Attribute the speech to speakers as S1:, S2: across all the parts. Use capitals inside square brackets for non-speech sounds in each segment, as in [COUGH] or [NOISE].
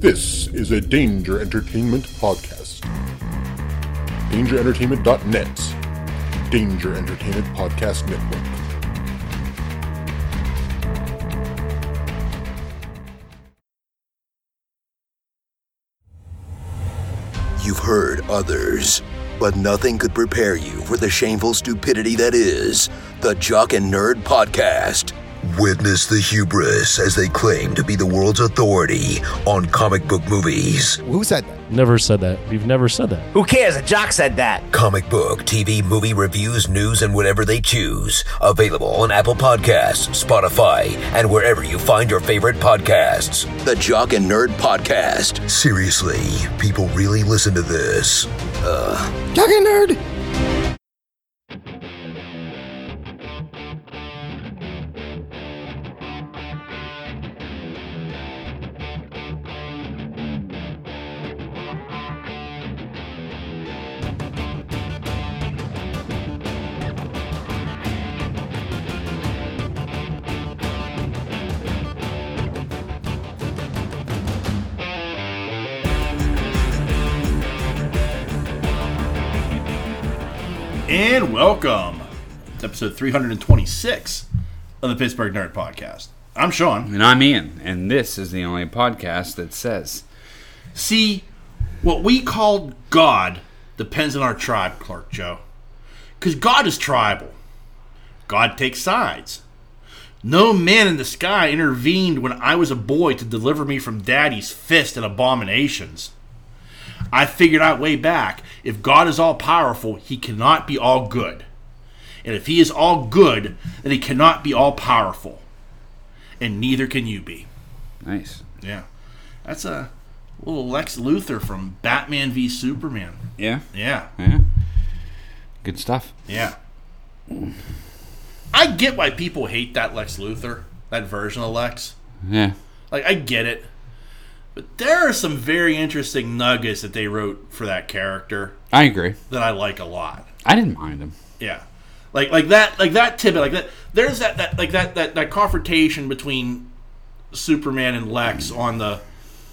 S1: This is a Danger Entertainment podcast. DangerEntertainment.net. Danger Entertainment Podcast Network.
S2: You've heard others, but nothing could prepare you for the shameful stupidity that is the Jock and Nerd Podcast. Witness the hubris as they claim to be the world's authority on comic book movies,
S3: Who said that?
S4: Never said that. We've never said that.
S5: Who cares? A jock said that.
S2: comic book, TV, movie reviews, news, and whatever they choose. Available on Apple Podcasts, Spotify, and wherever you find your favorite podcasts. The Jock and Nerd Podcast. Seriously, people really listen to this.
S3: Talking nerd.
S6: And welcome to episode 326 of the Pittsburgh Nerd Podcast. I'm Sean.
S7: And I'm Ian, and this is the only podcast that says
S6: See, what we call God depends on our tribe, Clark Joe. Because God is tribal, God takes sides. No man in the sky intervened when I was a boy to deliver me from daddy's fist and abominations. I figured out way back if God is all powerful, he cannot be all good. And if he is all good, then he cannot be all powerful. And neither can you be.
S7: nice.
S6: Yeah. That's a little Lex Luthor from Batman v Superman.
S7: Yeah,
S6: Yeah.
S7: yeah. Good stuff.
S6: Yeah. I get why people hate that Lex Luthor, that version of Lex.
S7: Yeah,
S6: Like, I get it. But there are some very interesting nuggets that they wrote for that character
S7: I agree.
S6: that I like a lot.
S7: I didn't mind him.
S6: Yeah. Like like that like that tidbit like that there's that, that like that, that that confrontation between Superman and Lex on the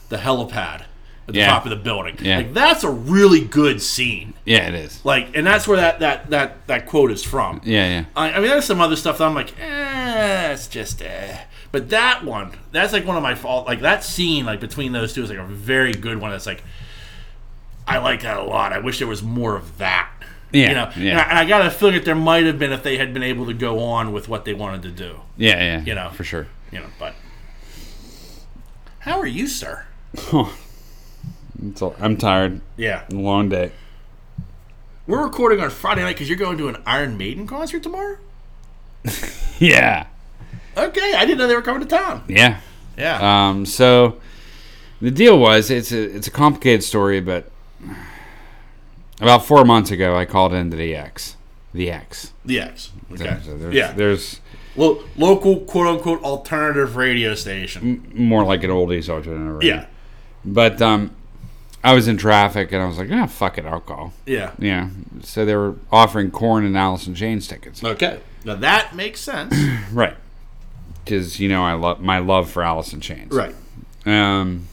S6: the helipad at the
S7: Yeah.
S6: top of the building.
S7: Yeah.
S6: Like that's a really good scene.
S7: Yeah, it is.
S6: Like and that's where that that that that quote is from.
S7: Yeah, yeah.
S6: I, I mean there's some other stuff that I'm like, eh, it's just eh. But that one, that's like one of my fault like that scene like between those two is like a very good one that's like I like that a lot. I wish there was more of that.
S7: Yeah,
S6: You know,
S7: yeah.
S6: And, I, and I got a feeling that there might have been if they had been able to go on with what they wanted to do.
S7: Yeah, yeah.
S6: You know.
S7: for sure.
S6: You know, but how are you, sir?
S7: It's all, I'm tired.
S6: Yeah,
S7: Long day.
S6: we're recording on Friday night because you're going to an Iron Maiden concert tomorrow.
S7: Yeah,
S6: Okay, I didn't know they were coming to town.
S7: yeah.
S6: Yeah,
S7: Um, so the deal was it's a it's a complicated story, but about four months ago, I called into the X, the X.
S6: the X. Okay,
S7: So there's,
S6: yeah,
S7: there's
S6: Lo- local quote unquote alternative radio station.
S7: more like an oldies alternative. right?
S6: Mm, Yeah,
S7: But um, I was in traffic and I was like, ah, fuck it, I'll call.
S6: yeah.
S7: Yeah. So they were offering corn and Alice in Chains tickets.
S6: Okay, now that makes sense.
S7: Right. Because, you know, I love my love for Alice in Chains.
S6: [CLEARS THROAT] right.
S7: Um,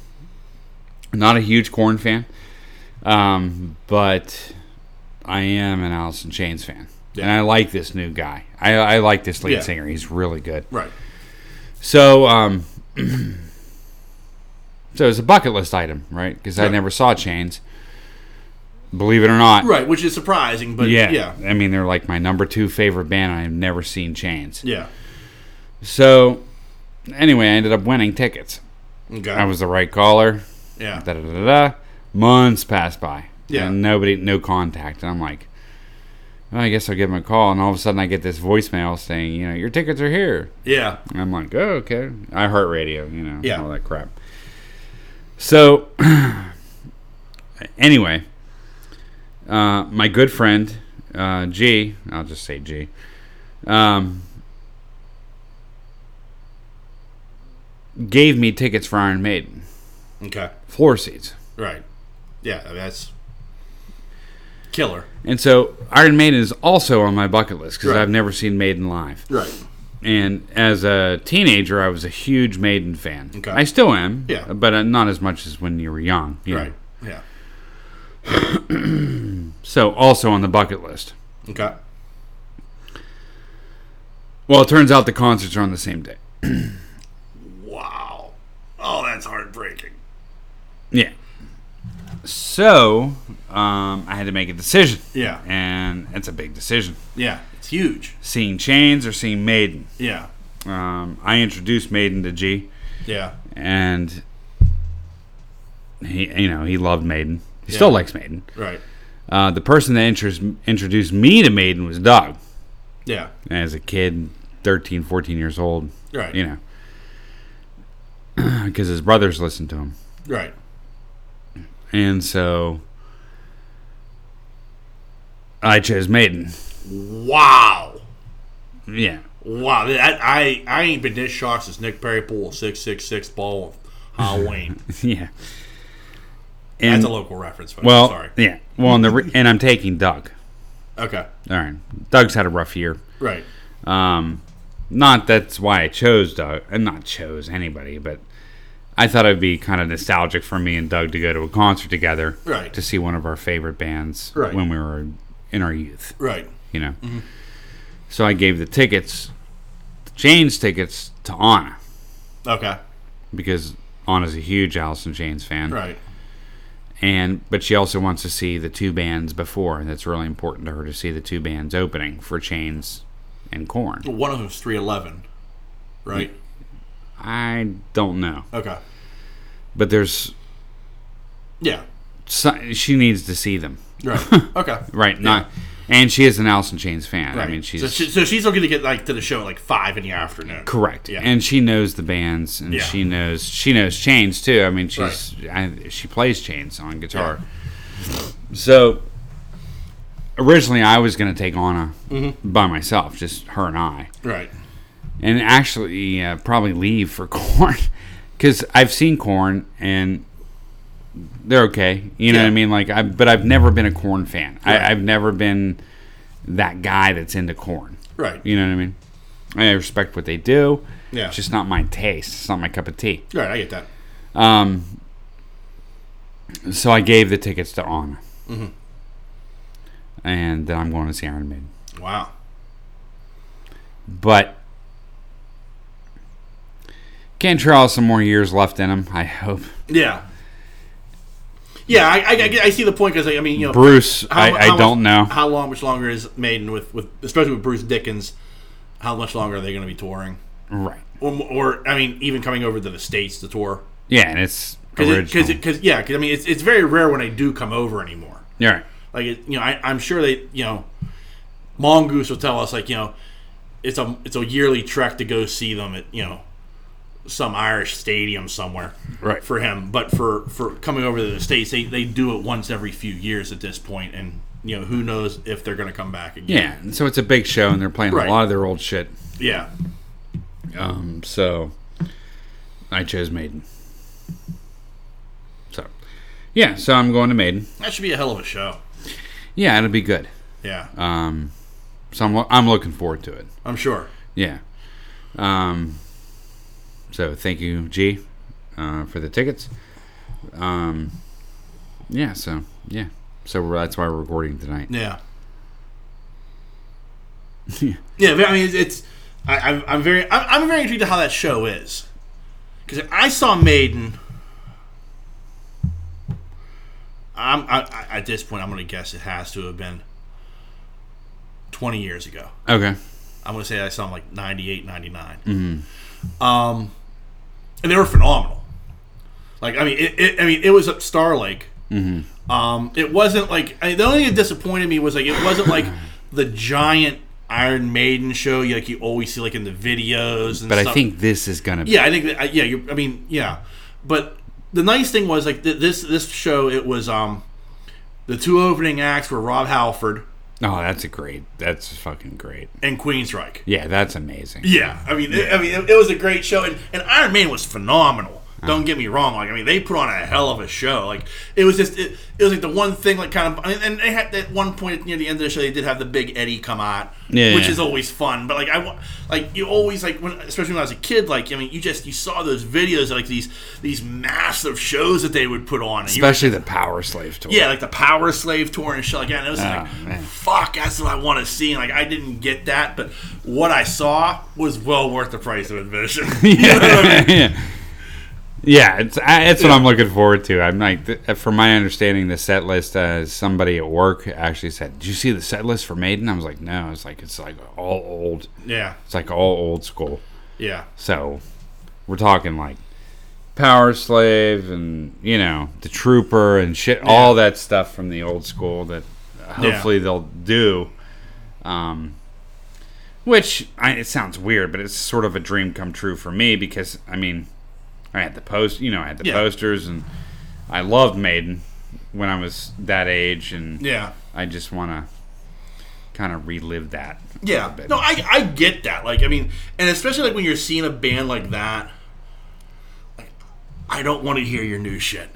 S7: not a huge corn fan, um, but I am an Alice in Chains fan.
S6: Yeah.
S7: And I like this new guy. I, I like this lead
S6: Yeah.
S7: singer. He's really good.
S6: Right.
S7: So, um, [CLEARS THROAT] so it's a bucket list item, right? Because I
S6: Right.
S7: never saw Chains. Believe it or not,
S6: Right, which is surprising, but
S7: Yeah,
S6: yeah,
S7: I mean, they're like my number two favorite band. I've never seen Chains.
S6: yeah.
S7: So, anyway, I ended up winning tickets.
S6: Okay.
S7: I was the right caller.
S6: yeah.
S7: Da da da da. da. Months passed by.
S6: Yeah.
S7: And nobody, no contact. And I'm like, well, I guess I'll give them a call. And all of a sudden, I get this voicemail saying, you know, your tickets are here.
S6: yeah.
S7: And I'm like, oh, okay. I heart radio, you know,
S6: Yeah.
S7: all that crap. So, [CLEARS THROAT] anyway, uh, my good friend, uh, G, I'll just say G, um, gave me tickets for Iron Maiden,
S6: Okay.
S7: floor seats.
S6: Right. Yeah, I mean, that's killer.
S7: And so Iron Maiden is also on my bucket list because
S6: Right.
S7: I've never seen Maiden live.
S6: Right.
S7: And as a teenager, I was a huge Maiden fan.
S6: Okay.
S7: I still am.
S6: Yeah.
S7: But uh, not as much as when you were young. you know.
S6: Right. Yeah.
S7: So also on the bucket list.
S6: Okay.
S7: Well, it turns out the concerts are on the same day.
S6: Wow. Oh, that's heartbreaking.
S7: Yeah. So um, I had to make a decision.
S6: Yeah.
S7: And it's a big decision.
S6: Yeah. It's huge.
S7: Seeing Chains or seeing Maiden.
S6: Yeah.
S7: Um, I introduced Maiden to G,
S6: Yeah.
S7: and he, you know, he loved Maiden. He still
S6: Yeah.
S7: likes Maiden.
S6: Right.
S7: Uh, the person that interest, introduced me to Maiden was Doug.
S6: Yeah.
S7: As a kid, 13, 14 years old,
S6: Right.
S7: you know, [CLEARS THROAT] because his brothers listened to him.
S6: Right.
S7: And so I chose Maiden.
S6: Wow.
S7: Yeah. [LAUGHS]
S6: Wow. That, I I ain't been this shocked since Nick Perry pulled a six six six ball of
S7: [LAUGHS]
S6: Halloween.
S7: Yeah. And
S6: that's a local reference. Folks.
S7: well,
S6: sorry.
S7: yeah. Well, and the re- and I'm taking Doug.
S6: Okay.
S7: All right. Doug's had a rough year.
S6: Right.
S7: Um, not that's why I chose Doug, and not chose anybody, but I thought it'd be kind of nostalgic for me and Doug to go to a concert together,
S6: Right.
S7: To see one of our favorite bands
S6: Right. Mm-hmm.
S7: when we were in our youth,
S6: Right.
S7: you know. So I gave the tickets, the Chains tickets, to Anna
S6: Okay.
S7: because Anna's a huge Alice in Chains fan,
S6: Right.
S7: and but she also wants to see the two bands before, and that's really important to her to see the two bands opening for Chains and Corn.
S6: One of them's three eleven. Right.
S7: I don't know,
S6: Okay.
S7: but there's [LAUGHS]
S6: Yeah.
S7: so, she needs to see them,
S6: Right. Okay.
S7: right? Not, and she is an Alice in Chains fan. I mean, she's
S6: so, she, so she's looking to get like to the show at like five in the afternoon.
S7: correct,
S6: Yeah.
S7: and she knows the bands, and
S6: Yeah.
S7: she knows she knows Chains too. I mean, she's I, she plays Chains on guitar. So originally, I was going to take Anna
S6: Mm-hmm.
S7: by myself, just her and I,
S6: Right.
S7: and actually uh, probably leave for [LAUGHS] Corn because I've seen Corn and. They're okay, you know
S6: Yeah.
S7: what I mean. Like, I but I've never been a Corn fan.
S6: Right.
S7: I, I've never been that guy that's into Corn.
S6: Right.
S7: You know what I mean? I respect what they do.
S6: Yeah.
S7: It's just not my taste. It's not my cup of tea.
S6: Right. I get that.
S7: Um, so I gave the tickets to Anna.
S6: Mm-hmm.
S7: And then I'm going to see Iron Maiden.
S6: Wow.
S7: But Cantrell has some more years left in him, I hope.
S6: Yeah. Yeah, I, I, I get- I see the point because I, I mean, you know,
S7: Bruce, I,
S6: mu-
S7: I don't
S6: much-
S7: know.
S6: how long, much longer is Maiden with, with especially with Bruce Dickens? How much longer are they going to be touring?
S7: Right.
S6: Or, or I mean, even coming over to the states to tour
S7: Yeah, and it's original.
S6: because because yeah, because I mean, it's it's very rare when they do come over anymore.
S7: yeah, right.
S6: Like it, you know, I, I'm sure they you know, Mongoose will tell us like you know, it's a it's a yearly trek to go see them at you know, some Irish stadium somewhere.
S7: Right.
S6: For him, but for for coming over to the states, they they do it once every few years at this point, and you know who knows if they're going to come back again.
S7: Yeah, and so it's a big show, and they're playing
S6: Right.
S7: a lot of their old shit.
S6: Yeah.
S7: Um, so I chose Maiden. So yeah, so I'm going to Maiden.
S6: That should be a hell of a show.
S7: Yeah, it'll be good.
S6: Yeah.
S7: Um, so I'm, lo- I'm looking forward to it.
S6: I'm sure.
S7: Yeah. Um, so thank you, G, uh, for the tickets. Um, yeah. So yeah. So we're- that's why we're recording tonight.
S6: Yeah. [LAUGHS] yeah, but I mean, it's. it's I, I'm, I'm very. I'm, I'm very intrigued to how that show is, because I saw Maiden. I'm I, I, at this point. I'm going to guess it has to have been twenty years ago.
S7: Okay.
S6: I'm going to say I saw them like 98, 99.
S7: Mm-hmm.
S6: Um, and they were phenomenal. Like I mean, it, it, I mean, it was up Star Lake.
S7: Mm-hmm.
S6: Um, it wasn't like I the only thing that disappointed me was like it wasn't like the giant Iron Maiden show you, like you always see like in the videos. And
S7: But I
S6: stuff.
S7: think this is gonna. be
S6: yeah, I think that, I- yeah, you I mean yeah, but the nice thing was like th- this this show it was um the two opening acts were Rob Halford
S7: Oh, that's a great. That's fucking great.
S6: and Queensryche.
S7: Yeah, that's amazing.
S6: Yeah, I mean, It, I mean, it, it was a great show, and, and Iron Man was phenomenal.
S7: Uh-huh.
S6: Don't get me wrong. Like I mean, they put on a hell of a show. Like it was just it, it was like the one thing like kind of I mean, and they had at one point near the end of the show they did have the big Eddie come out,
S7: Yeah,
S6: which
S7: yeah.
S6: is always fun. But like I wa- like you always like when especially when I was a kid. Like I mean, you just you saw those videos like these these massive shows that they would put on. And you were
S7: especially the Power Slave tour.
S6: yeah, like the Power Slave tour and shit like that. And it was like,
S7: Oh, man.
S6: fuck, that's what I want to see. And like, I didn't get that, but what I saw was well worth the price of admission.
S7: [LAUGHS]
S6: You know what I mean?
S7: yeah. Yeah, it's I, it's what I'm looking forward to. I'm like, th- uh, from my understanding, the set list. Uh, somebody at work actually said, "Did you see the set list for Maiden?" I was like, "No." It's like it's like all old.
S6: Yeah,
S7: It's like all old school.
S6: yeah,
S7: So we're talking like Power Slave and you know the Trooper and shit, all that stuff from the old school that uh, hopefully they'll do. Um, which I, it sounds weird, but it's sort of a dream come true for me because I mean, I had the post, you know, I had the
S6: Yeah.
S7: posters and I loved Maiden when I was that age, and
S6: yeah.
S7: I just want to kind of relive that. a
S6: Yeah.
S7: little bit.
S6: No, I, I get that. Like, I mean, and especially like when you're seeing a band like that, like, I don't want to hear your new shit.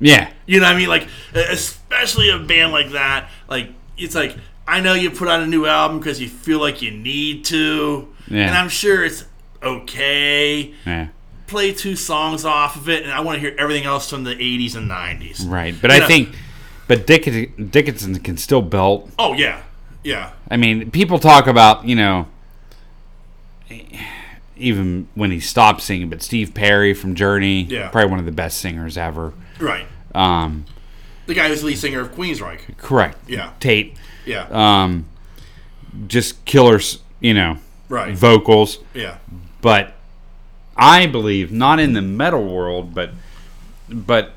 S7: yeah,
S6: You know what I mean? Like, e, especially a band like that. Like, it's like I know you put out a new album because you feel like you need to,
S7: Yeah.
S6: and I'm sure it's okay.
S7: yeah.
S6: Play two songs off of it, and I want to hear everything else from the '80s and '90s.
S7: Right, but I
S6: You know?
S7: think, but Dickin- Dickinson can still belt.
S6: Oh yeah, yeah,
S7: I mean, people talk about you know, even when he stopped singing, but Steve Perry from Journey,
S6: Yeah.
S7: probably one of the best singers ever.
S6: right.
S7: Um,
S6: The guy who's the lead singer of Queensryche.
S7: correct.
S6: Yeah.
S7: Tate,
S6: Yeah,
S7: um, just killers. You know,
S6: right.
S7: vocals.
S6: yeah,
S7: but I believe not in the metal world, but but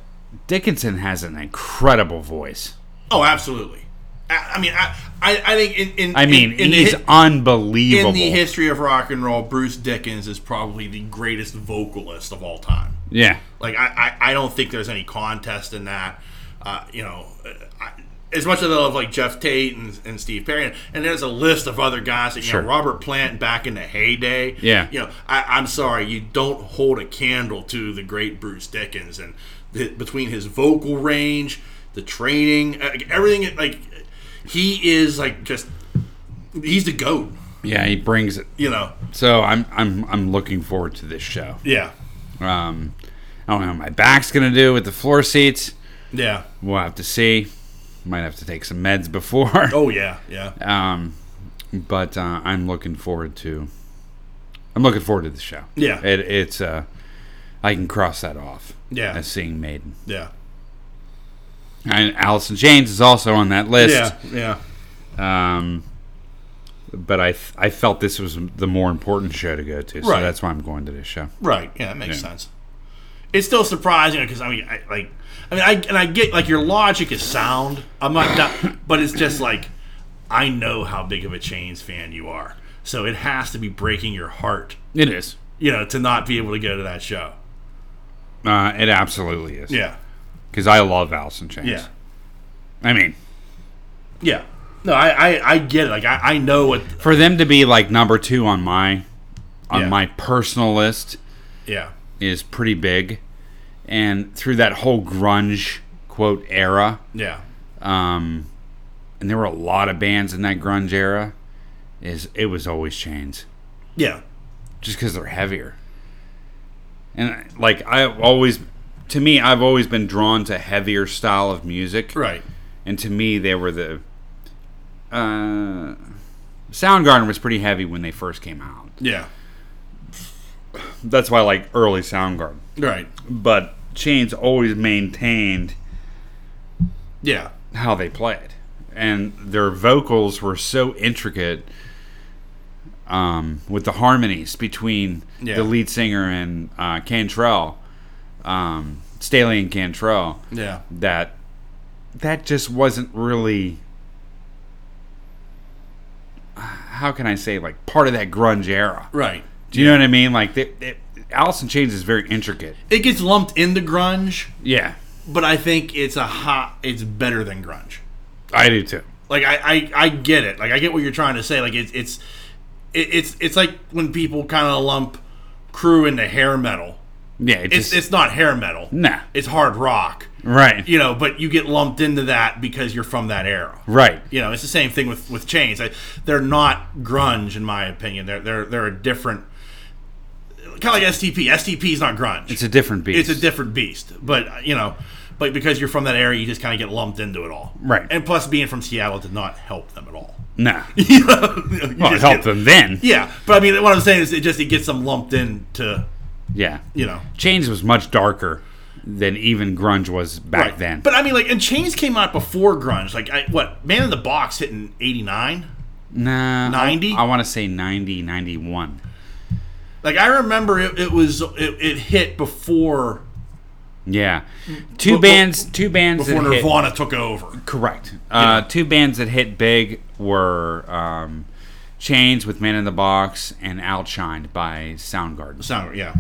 S7: Dickinson has an incredible voice.
S6: Oh, absolutely. I, I mean, I, I, I think in, in
S7: I mean,
S6: in, in
S7: he's
S6: the, hi-
S7: unbelievable.
S6: in the history of rock and roll, Bruce Dickens is probably the greatest vocalist of all time.
S7: yeah,
S6: Like I, I, I don't think there's any contest in that. Uh, you know, uh, I, as much as I love like Jeff Tate and, and Steve Perry, and, and there's a list of other guys. That, you
S7: Sure.
S6: know, Robert Plant back in the heyday.
S7: Yeah.
S6: You know, I, I'm sorry, you don't hold a candle to the great Bruce Dickens and the, between his vocal range, the training, uh, everything. Like he is like just he's the goat.
S7: yeah, he brings it.
S6: You know.
S7: So I'm I'm I'm looking forward to this show.
S6: Yeah.
S7: Um, I don't know how my back's gonna do with the floor seats.
S6: Yeah.
S7: We'll have to see. Might have to take some meds before.
S6: Oh yeah. Yeah.
S7: Um, but uh, I'm looking forward to. I'm looking forward to the show.
S6: Yeah.
S7: it, it's. Uh, I can cross that off.
S6: Yeah.
S7: as seeing Maiden
S6: Yeah.
S7: and Allison James is also on that list.
S6: Yeah. Yeah.
S7: Um, but I f- I felt this was the more important show to go to, so
S6: Right.
S7: that's why I'm going to this show.
S6: Right. Yeah, that makes sense. It's still surprising because I mean, I, like, I mean, I and I get like your logic is sound. I'm not, doubt- [COUGHS] but it's just like I know how big of a Chains fan you are, so it has to be breaking your heart,
S7: It is.
S6: you know, to not be able to go to that show.
S7: Uh, it absolutely is.
S6: Yeah.
S7: because I love Allison Chains.
S6: Yeah.
S7: I mean,
S6: Yeah. No, I I, I get it. Like I, I know what.
S7: for them to be like number two on my on
S6: Yeah.
S7: my personal list
S6: Yeah.
S7: is pretty big, and through that whole grunge quote era,
S6: Yeah.
S7: um, and there were a lot of bands in that grunge era, is it was always Chains.
S6: Yeah.
S7: just because they're heavier. And like I always, to me, I've always been drawn to heavier style of music.
S6: Right.
S7: And to me, they were the. Uh, Soundgarden was pretty heavy when they first came out.
S6: Yeah.
S7: That's why I like early Soundgarden.
S6: Right.
S7: But Chains always maintained
S6: Yeah.
S7: how they played, and their vocals were so intricate. Um, with the harmonies between
S6: Yeah.
S7: the lead singer and uh, Cantrell, um, Staley and Cantrell,
S6: Yeah.
S7: that that just wasn't really. How can I say like part of that grunge era?
S6: Right.
S7: Do you know what I mean? Like, they, they, Alice in Chains is very intricate.
S6: It gets lumped into grunge,
S7: Yeah,
S6: but I think it's a hot. It's better than grunge.
S7: I do too.
S6: like I, I I get it. Like I get what you're trying to say. Like it's it's it, it's it's like when people kind of lump crew into hair metal.
S7: Yeah, it
S6: It's
S7: just,
S6: it's not hair metal.
S7: Nah.
S6: It's hard rock.
S7: right,
S6: You know, but you get lumped into that because you're from that era.
S7: right.
S6: You know, it's the same thing with with Chains. I, they're not grunge in my opinion. They're they're they're a different kind of like STP. STP is not grunge.
S7: It's a different beast.
S6: it's a different beast. But you know, but because you're from that area, you just kind of get lumped into it all.
S7: Right.
S6: And plus, being from Seattle did not help them at all. [LAUGHS]
S7: nah.
S6: You know, you
S7: Well, it
S6: just
S7: helped
S6: get-
S7: them then.
S6: Yeah, but I mean, what I'm saying is, it just it gets them lumped into
S7: Yeah.
S6: you know
S7: Chains was much darker than even grunge was back
S6: Right.
S7: then.
S6: But I mean, like, and Chains came out before grunge. Like, I, what Man in the Box hit in '89.
S7: nah, I-
S6: 90?
S7: I, want to say 90, 91.
S6: Like, I remember it, it was it, it hit before
S7: Yeah, two
S6: but-
S7: bands. Two bands.
S6: Mm. before
S7: that hit-
S6: Nirvana took over.
S7: Correct. Uh, Two bands that hit big were um, Chains with Man in the Box and Outshined by Soundgarden.
S6: Sound yeah,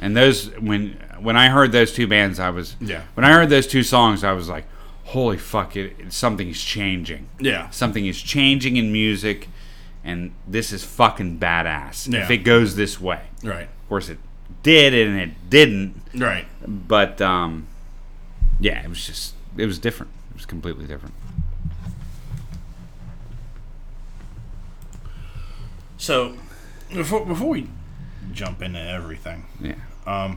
S7: And those when when I heard those two bands, I was
S6: Yeah.
S7: When I heard those two songs, I was like, "Holy fuck! It, it, something's changing.
S6: Yeah.
S7: something is changing in music, and this is fucking badass. If
S6: Yeah.
S7: it goes this way,
S6: right,
S7: of course it did, and it didn't.
S6: right.
S7: But um, yeah, it was just it was different. It was completely different.
S6: So before before we jump into everything,
S7: Yeah.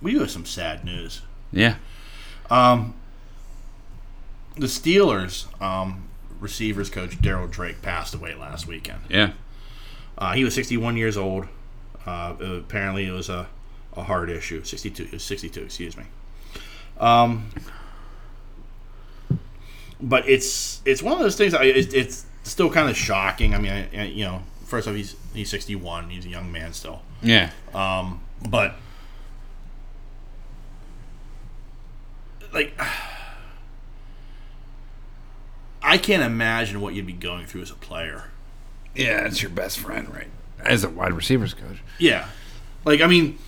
S6: we do have some sad news.
S7: Yeah.
S6: The Steelers um, receivers coach Daryl Drake passed away last weekend.
S7: Yeah.
S6: Uh, he was 61 years old. Uh, apparently, it was a, a heart issue. 62. It was 62. Excuse me. Um, but it's it's one of those things. I, it, it's still kind of shocking. I mean, I, I, you know, first off, he's he's 61. He's a young man still.
S7: Yeah.
S6: But like, I can't imagine what you'd be going through as a player.
S7: yeah, it's your best friend, right? As a wide receivers coach.
S6: Yeah. Like, I mean,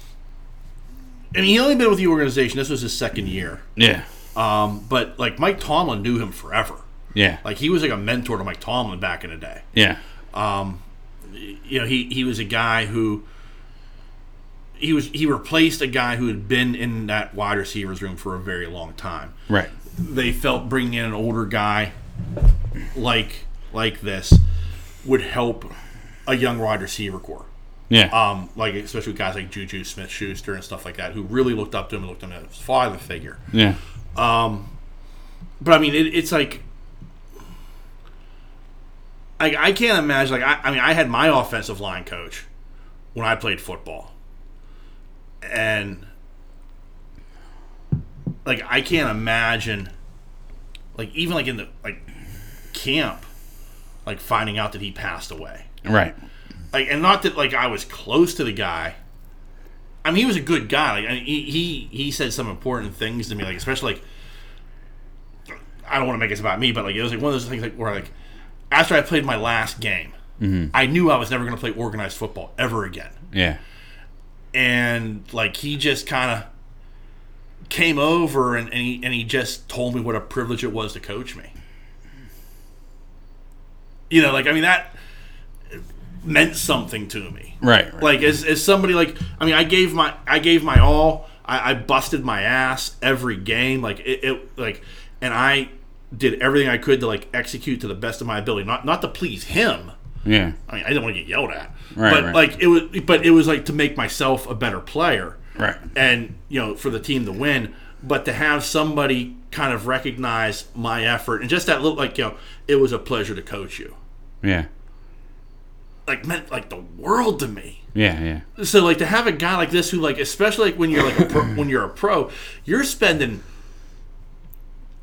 S6: I mean, he only been with the organization. This was his second year.
S7: Yeah.
S6: Um, but, like, Mike Tomlin knew him forever.
S7: Yeah.
S6: Like, he was like a mentor to Mike Tomlin back in the day.
S7: yeah.
S6: You know, he, he was a guy who. He was he replaced a guy who had been in that wide receivers room for a very long time.
S7: Right.
S6: They felt bringing in an older guy like like this would help a young wide receiver core.
S7: Yeah.
S6: um, like especially with guys like Juju Smith Schuster and stuff like that, who really looked up to him and looked up to him as a father figure.
S7: yeah.
S6: But I mean, it, it's like. I, I can't imagine. Like I, I mean, I had my offensive line coach when I played football, and like I can't imagine, like even like in the like camp, like finding out that he passed away.
S7: Right.
S6: like and not that like I was close to the guy. I mean, he was a good guy. Like I mean, he, he he said some important things to me, like especially like I don't want to make this about me, but like it was like one of those things like where like after I played my last game, I knew I was never going to play organized football ever again,
S7: Yeah.
S6: and like he just kind of came over and and he, and he just told me what a privilege it was to coach me. You know, like I mean that meant something to me
S7: Right. right.
S6: like as, as somebody like i mean i gave my i gave my all i, I busted my ass every game like it, it like and i did everything i could to like execute to the best of my ability not not to please him
S7: yeah.
S6: i mean i didn't want to get yelled at
S7: Right,
S6: but
S7: right.
S6: like it was but it was like to make myself a better player
S7: Right.
S6: and you know for the team to win but to have somebody kind of recognize my effort and just that little like you know it was a pleasure to coach you
S7: Yeah.
S6: like meant like the world to me
S7: Yeah. Yeah.
S6: so like to have a guy like this who like especially like when you're like a pro, when you're a pro you're spending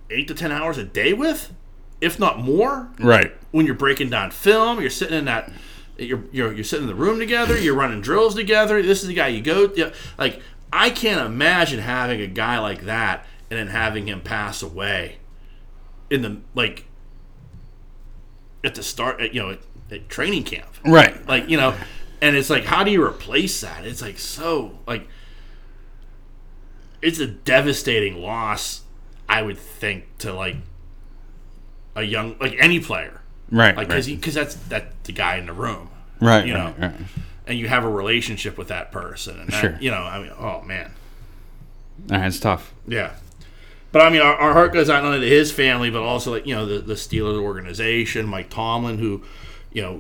S6: eight to ten hours a day with if not more
S7: Right.
S6: when you're breaking down film you're sitting in that you're you're, you're sitting in the room together you're running drills together this is the guy you go yeah, like i can't imagine having a guy like that and then having him pass away in the like at the start at, you know at, at training camp
S7: Right.
S6: like you know and it's like how do you replace that it's like so like it's a devastating loss i would think to like a young like any player
S7: Right.
S6: like
S7: right.
S6: because that's that's the guy in the room
S7: right.
S6: you know.
S7: right, right.
S6: and you have a relationship with that person. And that,
S7: Sure.
S6: You know, I mean, oh man,
S7: That's tough.
S6: yeah. But I mean, our, our heart goes out not only to his family, but also like you know the the Steelers organization, Mike Tomlin, who, you know,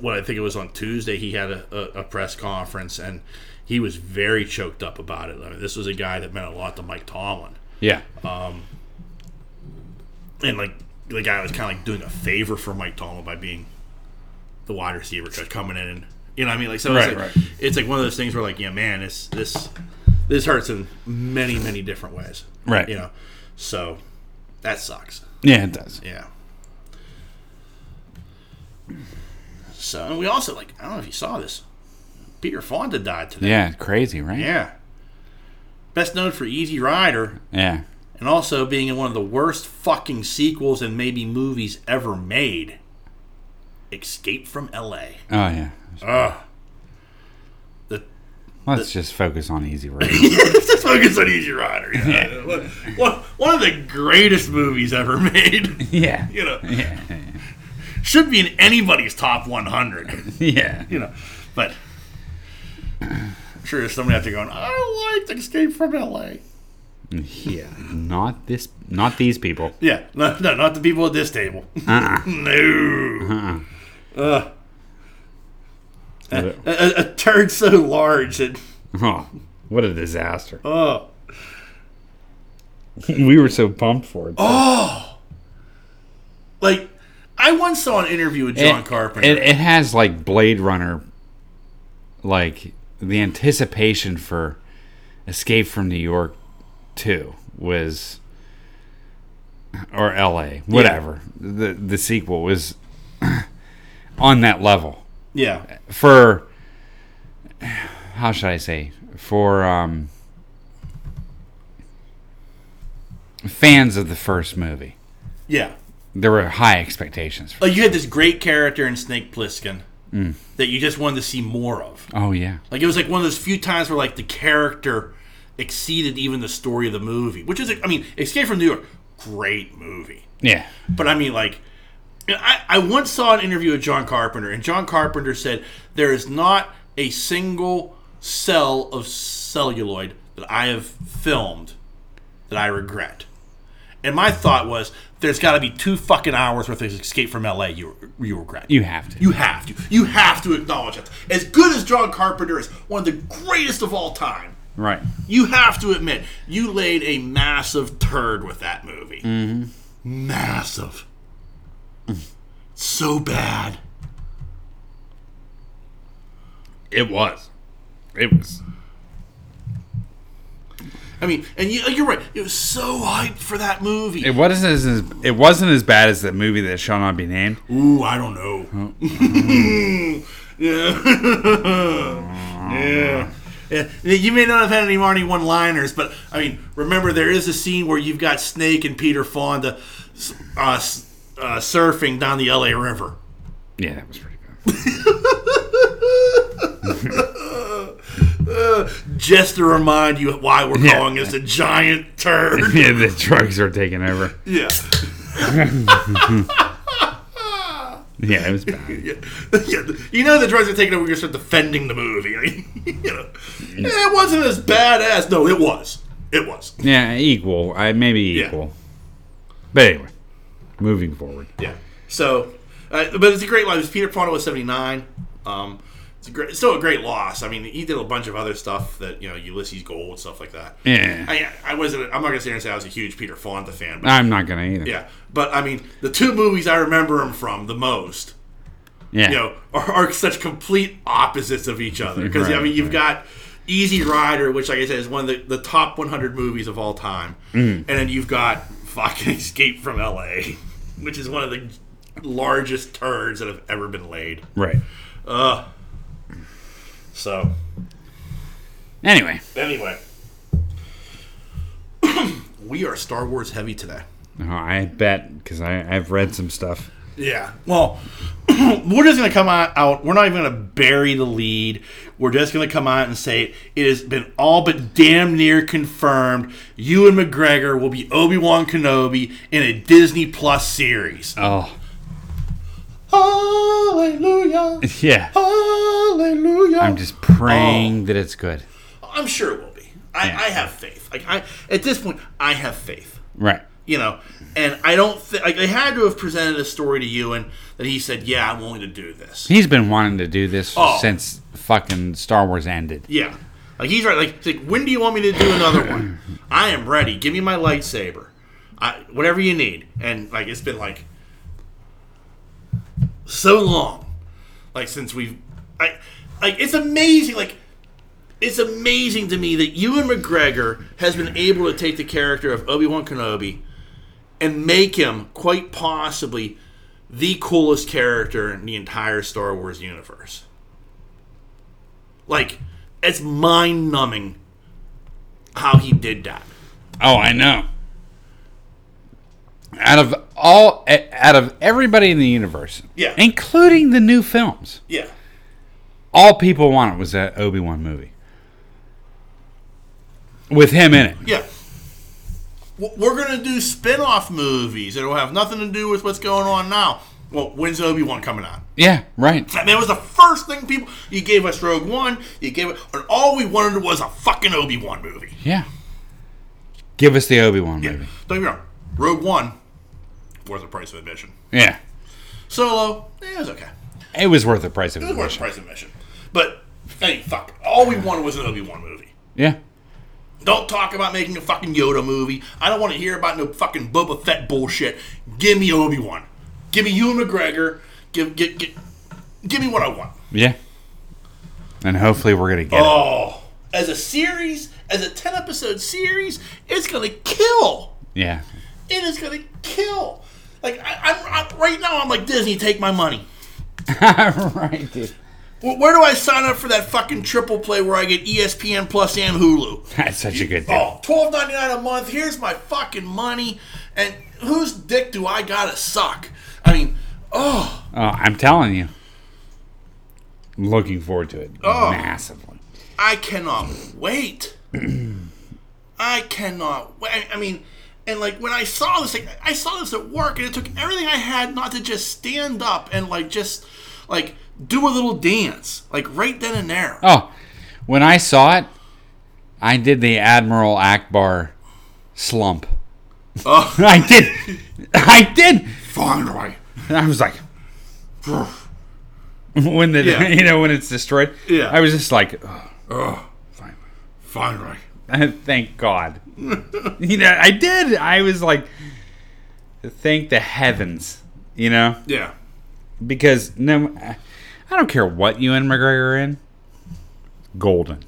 S6: what I think it was on Tuesday he had a, a, a press conference and he was very choked up about it. I mean, this was a guy that meant a lot to Mike Tomlin,
S7: Yeah.
S6: and like the guy was kind of like doing a favor for Mike Tomlin by being the wide receiver coach coming in and you know what I mean like so
S7: Right,
S6: it's like
S7: right.
S6: it's like one of those things where like yeah man this this this hurts in many many different ways
S7: Right.
S6: you know so that sucks
S7: yeah, it does.
S6: yeah so and we also like I don't know if you saw this Peter Fonda died today
S7: Yeah, crazy, right?
S6: yeah best known for Easy Rider
S7: Yeah.
S6: and also being in one of the worst fucking sequels and maybe movies ever made Escape from LA. [LAUGHS]
S7: Oh yeah.
S6: The
S7: Let's just focus on [COUGHS] easy road.
S6: Let's focus on Easy Rider. you know. One- one, one of the greatest movies ever made. [LAUGHS]
S7: yeah.
S6: You know, should be in anybody's top 100.
S7: [LAUGHS] Yeah.
S6: You know, but I'm sure there's somebody out there going, I don't like Escape from LA.
S7: Yeah. Not this not these people.
S6: Yeah, no, no not the people at this table. [LAUGHS] no.
S7: Uh,
S6: A, a turd so large that,
S7: oh, what a disaster.
S6: oh,
S7: We were so pumped for it. Oh,
S6: like, I once saw an interview with John
S7: it,
S6: Carpenter.
S7: It, it has like Blade Runner like the anticipation for Escape from New York 2 was or LA, whatever. The the sequel was [CLEARS THROAT] on that level.
S6: yeah,
S7: for how should I say for um, fans of the first movie.
S6: yeah.
S7: There were high expectations. For,
S6: Like, you had this great character in Snake Plissken that you just wanted to see more of.
S7: oh yeah,
S6: Like it was like one of those few times where like the character exceeded even the story of the movie, which is like, I mean, Escape from New York, great movie.
S7: yeah,
S6: But I mean, like, I, I once saw an interview with John Carpenter, and John Carpenter said there is not a single cell of celluloid that I have filmed that I regret. And my thought was, there's got to be two fucking hours worth of Escape from L.A. You you regret.
S7: you have to.
S6: You have to. You have to acknowledge it. As good as John Carpenter is, one of the greatest of all time,
S7: right.
S6: you have to admit you laid a massive turd with that movie.
S7: Mm-hmm.
S6: Massive. so bad.
S7: It was. It was.
S6: I mean, and you, you're right. It was so hyped for that movie.
S7: It wasn't as, as it wasn't as bad as the movie that shall not be named.
S6: Ooh, I don't know. Mm-hmm. [LAUGHS] yeah. yeah. Yeah. You may not have had any Marty one liners, but I mean, remember there is a scene where you've got Snake and Peter Fonda s- uh, s- uh, surfing down the LA River.
S7: Yeah, that was pretty good.
S6: Just to remind you why we're calling this a giant
S7: [LAUGHS]
S6: turd.
S7: yeah, the drugs are taking over.
S6: [LAUGHS] yeah.
S7: Yeah, it was bad.
S6: [LAUGHS] Yeah. You know the drugs are taking over, you start defending the movie. [LAUGHS] you know. Yeah, it wasn't as badass. No, it was. It was.
S7: Yeah, equal. I maybe equal. But anyway, moving forward.
S6: Yeah. So, uh, but it's a great loss. Peter Fonda was seventy nine. Um, it's a great, it's still a great loss. I mean, he did a bunch of other stuff that you know, Ulysses Gold, stuff like that.
S7: Yeah.
S6: I, I wasn't. I'm not gonna sit here and say I was a huge Peter Fonda fan, but
S7: I'm not gonna either.
S6: yeah. But I mean, the two movies I remember him from the most,
S7: Yeah.
S6: you know, are, are such complete opposites of each other. Because I
S7: Right,
S6: mean, you've got. Easy Rider, which, like I said, is one of the, the top 100 movies of all time.
S7: Mm.
S6: And then you've got fucking Escape from LA, which is one of the largest turds that have ever been laid.
S7: Right.
S6: So,
S7: Anyway.
S6: anyway, [CLEARS THROAT] we are Star Wars heavy today.
S7: Oh, I bet because I've read some stuff.
S6: Yeah. Well, [CLEARS THROAT] we're just going to come out, out. We're not even going to bury the lead. We're just going to come out and say it. It has been all but damn near confirmed. You and McGregor will be Obi Wan Kenobi in a Disney Plus series.
S7: Oh,
S6: Hallelujah.
S7: [LAUGHS] [LAUGHS] Yeah.
S6: Oh, Hallelujah.
S7: I'm just
S6: Oh.
S7: praying that it's good.
S6: I'm sure it will be. I, I have faith. Like I, at this point, I have faith.
S7: Right.
S6: You know, and I don't think like, they had to have presented a story to you, and that he said, "Yeah, I'm willing to do this."
S7: He's been wanting to do this
S6: Oh.
S7: since fucking Star Wars ended.
S6: Yeah, like he's right. Like, it's like, when do you want me to do another one? I am ready. Give me my lightsaber, I, whatever you need. And like it's been like so long, like since we've, I, like it's amazing. Like it's amazing to me that Ewan McGregor has been able to take the character of Obi Wan Kenobi and make him quite possibly the coolest character in the entire Star Wars universe. Like, it's mind numbing how he did that.
S7: Oh, I know. Out of all, eh, out of everybody in the universe,
S6: Yeah.
S7: including the new films,
S6: Yeah.
S7: all people wanted was that Obi Wan movie with him in it.
S6: Yeah. W- We're going to do spin off movies that'll have nothing to do with what's going on now. Well, when's Obi Wan coming out?
S7: Yeah, right.
S6: I mean, it was the first thing people. You gave us Rogue One, you gave it. And all we wanted was a fucking Obi Wan movie.
S7: Yeah. Give us the Obi Wan movie.
S6: Don't get me wrong. Rogue One, worth the price of admission.
S7: Yeah.
S6: Solo, eh, it was okay.
S7: It was worth the price of
S6: It was worth the
S7: admission.
S6: price of admission. But, hey, fuck. All we wanted was an Obi Wan movie.
S7: Yeah.
S6: Don't talk about making a fucking Yoda movie. I don't want to hear about no fucking Boba Fett bullshit. Give me Obi Wan. Give me Ewan McGregor. Give, give, give, give me what I want.
S7: Yeah. And hopefully we're gonna get
S6: Oh, as a series, as a ten episode series, it's gonna kill.
S7: it.
S6: [LAUGHS]
S7: Yeah.
S6: It is gonna kill. Like I, I'm, I'm right now, I'm like Disney, take my money.
S7: right, dude.
S6: Where, where do I sign up for that fucking triple play where I get E ESPN Plus and Hulu?
S7: That's such a good deal.
S6: Oh, twelve ninety nine a month. Here's my fucking money. And whose dick do I gotta suck? I mean, oh,
S7: Oh, I'm telling you. I'm looking forward to it
S6: Oh.
S7: massively.
S6: I cannot wait. [CLEARS THROAT] I cannot wait. I mean, and like when I saw this, like I saw this at work, and it took everything I had not to just stand up and like just like do a little dance, like right then and there.
S7: Oh, when I saw it, I did the Admiral Akbar slump. [LAUGHS]
S6: Oh.
S7: I did. I did.
S6: Fine, right?
S7: And I was like, [LAUGHS] when the
S6: Yeah.
S7: [LAUGHS] you know when it's destroyed,
S6: Yeah.
S7: I was just like, oh,
S6: Fine, right?
S7: [LAUGHS] thank God. you know, I did. I was like, thank the heavens. You know,
S6: Yeah.
S7: because no, I don't care what you and McGregor are in, golden.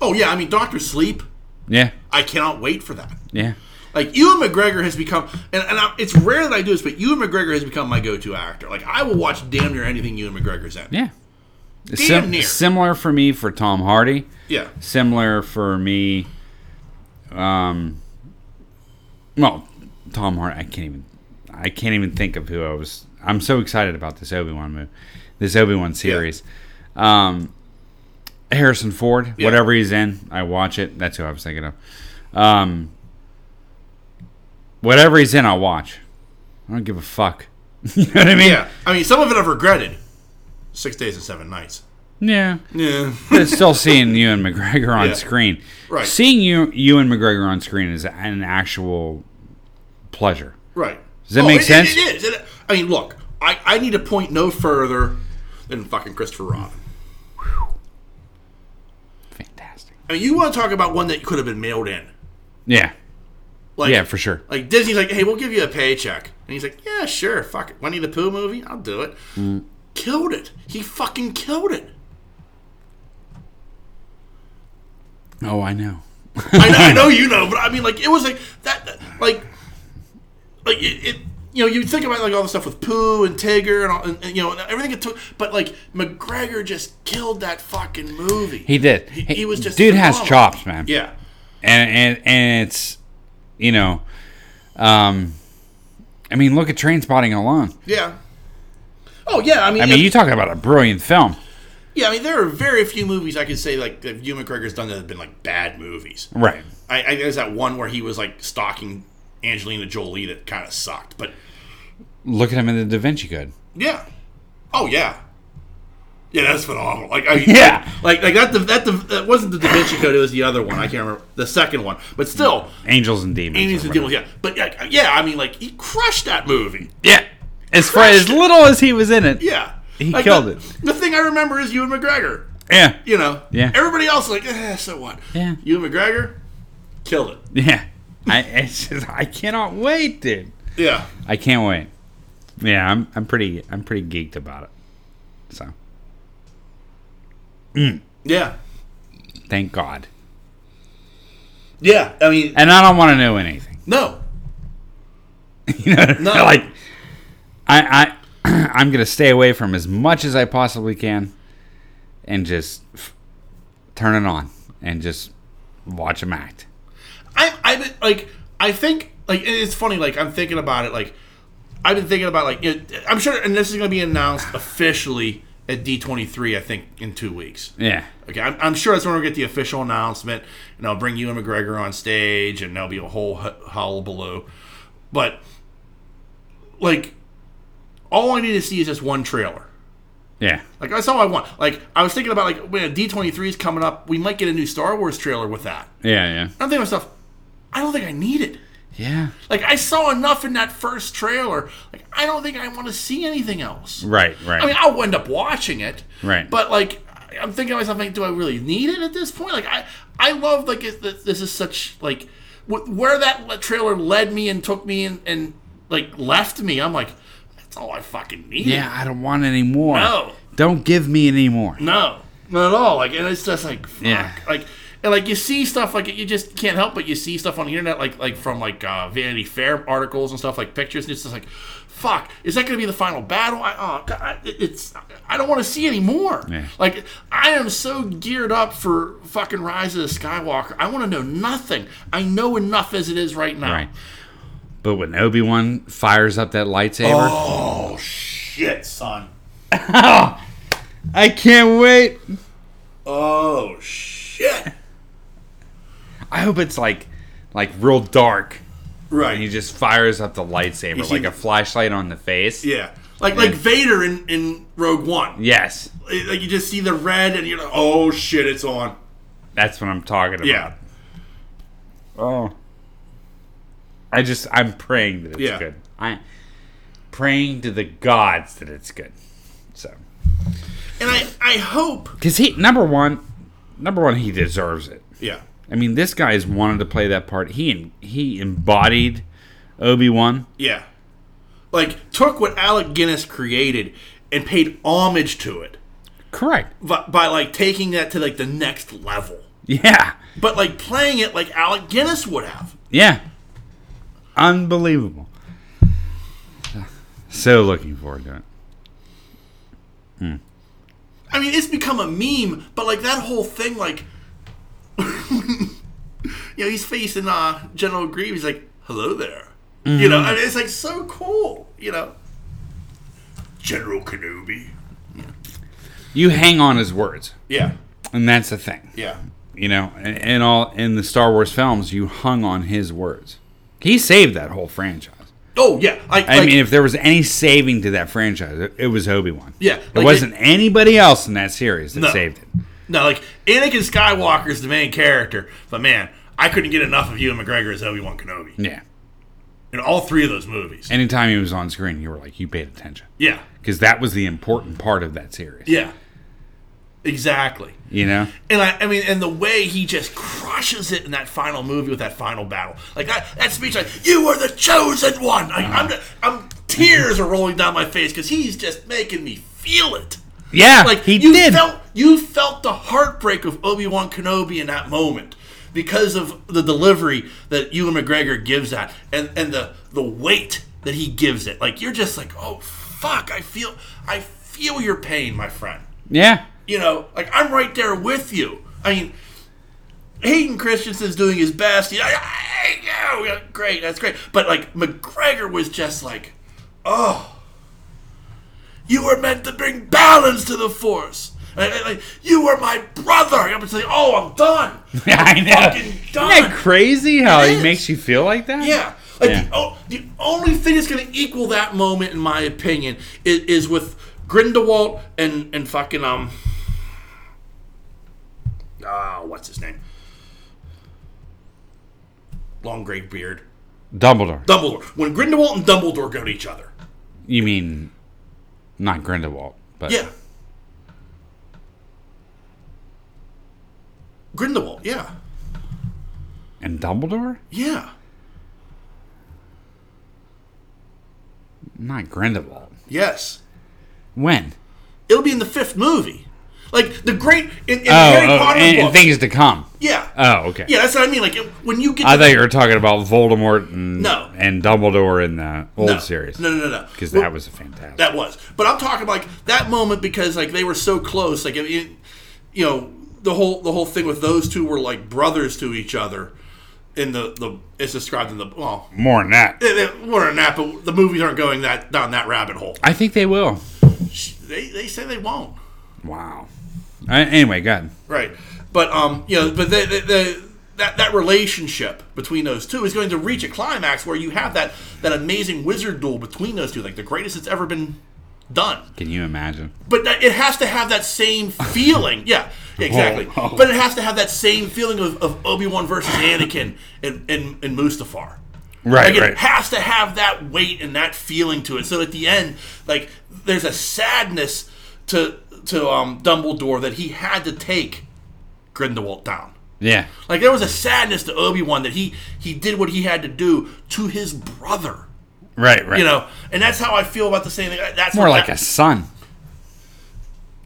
S6: Oh yeah. I mean, Doctor Sleep.
S7: Yeah,
S6: I cannot wait for that.
S7: yeah.
S6: Like Ewan McGregor has become, and, and I, it's rare that I do this, but Ewan McGregor has become my go-to actor. Like I will watch damn near anything Ewan McGregor's in.
S7: Yeah.
S6: near.
S7: Similar for me for Tom Hardy.
S6: Yeah.
S7: Similar for me. Um. Well, Tom Hardy. I can't even. I can't even think of who I was. I'm so excited about this Obi Wan movie, this Obi Wan series. Um, Harrison Ford,
S6: Yeah.
S7: whatever he's in, I watch it. That's who I was thinking of. Um, whatever he's in, I'll watch. I don't give a fuck. [LAUGHS] you know what I mean?
S6: Yeah. I mean, some of it I've regretted. Six days and seven nights.
S7: Yeah.
S6: Yeah.
S7: [LAUGHS] but still seeing Ewan McGregor on
S6: Yeah.
S7: screen.
S6: Right.
S7: Seeing you Ewan McGregor on screen is an actual pleasure.
S6: Right. Does
S7: that make
S6: Oh, it,
S7: sense?
S6: It, it is. It- I mean, look, I, I need to point no further than fucking Christopher Robin.
S7: Fantastic.
S6: I mean, you want to talk about one that could have been mailed in?
S7: Yeah.
S6: Like,
S7: yeah, for sure.
S6: Like Disney's like, hey, we'll give you a paycheck, and he's like, yeah, sure, fuck it, Winnie the Pooh movie, I'll do it.
S7: Mm.
S6: Killed it. He fucking killed it.
S7: Oh, I know. [LAUGHS]
S6: I know, I know you know, but I mean, like, it was like that, that- like, like it. it you know, you think about like all the stuff with Pooh and Tigger and, all, and, and, you know and everything it took, but like McGregor just killed that fucking movie.
S7: He did.
S6: He, he was just
S7: dude has
S6: phenomenal.
S7: chops, man.
S6: Yeah,
S7: And and and it's you know, um, I mean, look at Train Spotting alone.
S6: yeah. Oh yeah, I mean,
S7: I mean, you talk about a brilliant film,
S6: yeah, I mean, there are very few movies I could say like that Hugh McGregor's done that have been like bad movies.
S7: right?
S6: I, I there's that one where he was like stalking Angelina Jolie that kind of sucked, but
S7: Look at him in the Da Vinci Code.
S6: Yeah. Oh yeah. Yeah, that's phenomenal. Like I,
S7: [LAUGHS] Yeah.
S6: like like that. The, that the, that wasn't the Da Vinci Code. It was the other one. I can't remember the second one. But still,
S7: Angels and Demons.
S6: Aliens
S7: or
S6: and
S7: whatever.
S6: Demons. Yeah, but yeah, yeah. I mean, like he crushed that movie.
S7: Yeah. As far as little as he was in it.
S6: Yeah,
S7: He
S6: Like,
S7: killed
S6: the,
S7: it.
S6: The thing I remember is Ewan McGregor.
S7: Yeah.
S6: You know.
S7: Yeah.
S6: Everybody else like, eh, so what?
S7: Yeah.
S6: Ewan McGregor killed it.
S7: Yeah. I [LAUGHS] it's just, I cannot wait, dude.
S6: Yeah.
S7: I can't wait. Yeah, I'm I'm pretty I'm pretty geeked about it. So
S6: Yeah.
S7: thank God.
S6: Yeah. I mean,
S7: And I don't want to know anything. [LAUGHS]
S6: no.
S7: You know,
S6: No.
S7: like I I [CLEARS THROAT] I'm gonna stay away from as much as I possibly can, and just f- turn it on and just watch them act.
S6: I I've been like I think like and it's funny like I'm thinking about it like I've been thinking about like it, I'm sure and this is gonna be announced officially at D23 I think in two weeks.
S7: Yeah,
S6: Okay, I'm, I'm sure that's when we'll get the official announcement, and I'll bring you and McGregor on stage, and there'll be a whole h- hullabaloo. But like, all I need to see is just one trailer.
S7: yeah,
S6: Like that's all I want. Like I was thinking about like when D twenty three is coming up, we might get a new Star Wars trailer with that.
S7: yeah, yeah,
S6: I'm thinking to myself, I don't think I need it.
S7: yeah.
S6: Like I saw enough in that first trailer. Like I don't think I want to see anything else.
S7: Right, right.
S6: I mean, I'll end up watching it.
S7: Right.
S6: But like, I- I'm thinking to myself, like, do I really need it at this point? Like, I, I love like it, that this is such like wh- where that le- trailer led me and took me and, and like left me. I'm like, that's all I fucking need.
S7: yeah, I don't want any more.
S6: No.
S7: Don't give me any more.
S6: No, not at all. Like, and it's just like, fuck.
S7: Yeah.
S6: Like, and like you see stuff like you just can't help but you see stuff on the internet like like from like uh, Vanity Fair articles and stuff like pictures and it's just like, fuck, is that gonna be the final battle? I, oh God, I- it- it's I don't want to see any more.
S7: Yeah.
S6: Like I am so geared up for fucking Rise of the Skywalker. I want to know nothing. I know enough as it is right now.
S7: Right. But when Obi Wan fires up that lightsaber,
S6: Oh shit, son.
S7: I can't wait.
S6: Oh shit.
S7: [LAUGHS] I hope it's like, like real dark,
S6: Right.
S7: and he just fires up the lightsaber
S6: see-
S7: like a flashlight on the face.
S6: Yeah. Like like Vader in, in Rogue One.
S7: Yes,
S6: It- Like you just see the red and you're like, oh shit, it's on.
S7: that's what I'm talking about.
S6: Yeah.
S7: Oh. I just I'm praying that it's
S6: Yeah.
S7: good. I praying to the gods that it's good. So
S6: And I, I hope
S7: because he number one, number one he deserves it.
S6: Yeah.
S7: I mean, this guy's wanted to play that part. He he embodied Obi Wan.
S6: Yeah. Like took what Alec Guinness created and paid homage to it
S7: Correct.
S6: by, by like taking that to like the next level.
S7: Yeah.
S6: But like playing it like Alec Guinness would have.
S7: Yeah. Unbelievable. So looking forward to it.
S6: I mean, it's become a meme, but like that whole thing, like, [LAUGHS] you know, he's facing uh, General Grievous, he's like, "Hello there," you
S7: Mm-hmm.
S6: know. I mean, it's like so cool, you know. General Kenobi.
S7: You hang on his words,
S6: Yeah,
S7: and that's the thing.
S6: yeah,
S7: you know, in, in all in the Star Wars films, you hung on his words. He saved that whole franchise.
S6: oh yeah. Like,
S7: I
S6: like-
S7: mean, if there was any saving to that franchise, it, it was Obi Wan.
S6: Yeah,
S7: it
S6: like
S7: wasn't anybody else in that series that
S6: No.
S7: saved it.
S6: no, like Anakin Skywalker is the main character, but man, I couldn't get enough of Ewan McGregor as Obi Wan Kenobi
S7: Yeah,
S6: in all three of those movies.
S7: anytime he was on screen, you were like, you paid attention
S6: yeah,
S7: because that was the important part of that series.
S6: yeah, exactly.
S7: you know,
S6: And I, I mean, and the way he just crushes it in that final movie with that final battle, like that, that speech, like "You are the chosen one." Like,
S7: Uh-huh.
S6: I'm, just- I'm tears are rolling down my face because he's just making me feel it.
S7: yeah,
S6: Like
S7: Ah, he
S6: you
S7: did.
S6: felt, you felt the heartbreak of Obi Wan Kenobi in that moment because of the delivery that Ewan McGregor gives that, and and the the weight that he gives it. Like you're just like, oh fuck, I feel, I feel your pain, my friend
S7: yeah, [LAUGHS]
S6: you know, like I'm right there with you. I mean, Hayden Christensen's doing his best. He, I, I, yeah, great, that's great. But like McGregor was just like, oh, you were meant to bring balance to the force. Like, like- like, you were my brother. I'm just like, oh, I'm done.
S7: I know.
S6: fucking
S7: Isn't
S6: done.
S7: that crazy how
S6: It
S7: he
S6: is.
S7: makes you feel like that?
S6: Yeah, Like
S7: Yeah.
S6: the, oh, the only thing that's going to equal that moment, in my opinion, is, is with Grindelwald and and fucking um. Ah, what's his name? Long gray beard.
S7: Dumbledore.
S6: Dumbledore. When Grindelwald and Dumbledore go to each other.
S7: You mean not Grindelwald, but
S6: Yeah. Grindelwald. Yeah.
S7: and Dumbledore?
S6: Yeah.
S7: Not Grindelwald.
S6: Yes.
S7: When?
S6: It'll be in the fifth movie. Like the great in, in the
S7: Oh,
S6: Harry
S7: oh,
S6: Potter
S7: and, and
S6: book.
S7: things to come.
S6: yeah.
S7: Oh, okay.
S6: yeah, that's what I mean. Like it- when you get
S7: I
S6: to-
S7: thought you were talking about Voldemort and
S6: No.
S7: and Dumbledore in the old
S6: no.
S7: series
S6: No, no, no, no.
S7: because
S6: Well,
S7: that was a fantastic.
S6: that was. But I'm talking like that moment because like they were so close. Like it, it, you know, the whole the whole thing with those two were like brothers to each other. In the the it's described in the well,
S7: More than that,
S6: they, they were in that, but the movies aren't going that down that rabbit hole.
S7: I think they will.
S6: They they say they won't.
S7: Wow. I, anyway, go ahead.
S6: Right. But um, you know, but the, the, the that that relationship between those two is going to reach a climax where you have that that amazing wizard duel between those two, like the greatest that's ever been done.
S7: Can you imagine?
S6: But that, it has to have that same feeling. Yeah, exactly.
S7: Oh, oh.
S6: But it has to have that same feeling of, of Obi Wan versus Anakin and and, and Mustafar.
S7: Right,
S6: Like,
S7: right.
S6: It has to have that weight and that feeling to it. So at the end, like there's a sadness to to um, Dumbledore that he had to take Grindelwald down.
S7: Yeah.
S6: Like there was a sadness to Obi Wan that he he did what he had to do to his brother.
S7: Right. Right.
S6: You know, and that's how I feel about the same thing. That's
S7: more
S6: what
S7: like
S6: that-
S7: a son.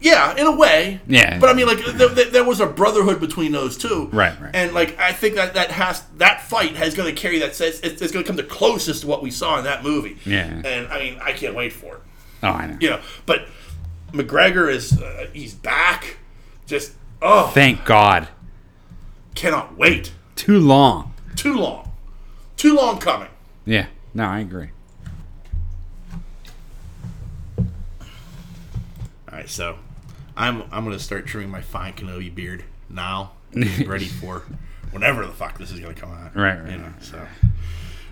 S6: yeah, in a way.
S7: Yeah.
S6: But I mean, like, there, there, there was a brotherhood between those two.
S7: Right, right.
S6: And like, I think that that has that fight has going to carry that. Says it's, it's going to come the closest to what we saw in that movie.
S7: Yeah.
S6: And I mean, I can't wait for it.
S7: Oh, I know.
S6: You know, but McGregor is uh, he's back. Just oh,
S7: Thank God.
S6: cannot wait.
S7: Too long.
S6: Too long, too long coming.
S7: Yeah. No, I agree.
S6: All right, so I'm I'm going to start trimming my fine Kenobi beard
S7: [LAUGHS]
S6: now, ready for whenever the fuck this is going to come out.
S7: Right, right,
S6: You know,
S7: right.
S6: So,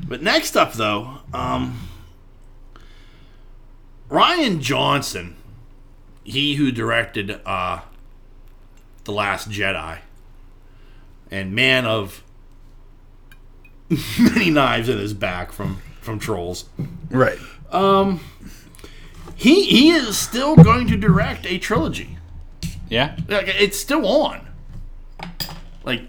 S6: but next up though, um, Ryan Johnson, he who directed uh, the Last Jedi, and man of [LAUGHS] many knives in his back from from trolls.
S7: Right.
S6: Um, He he is still going to direct a trilogy.
S7: Yeah.
S6: like it's still on. Like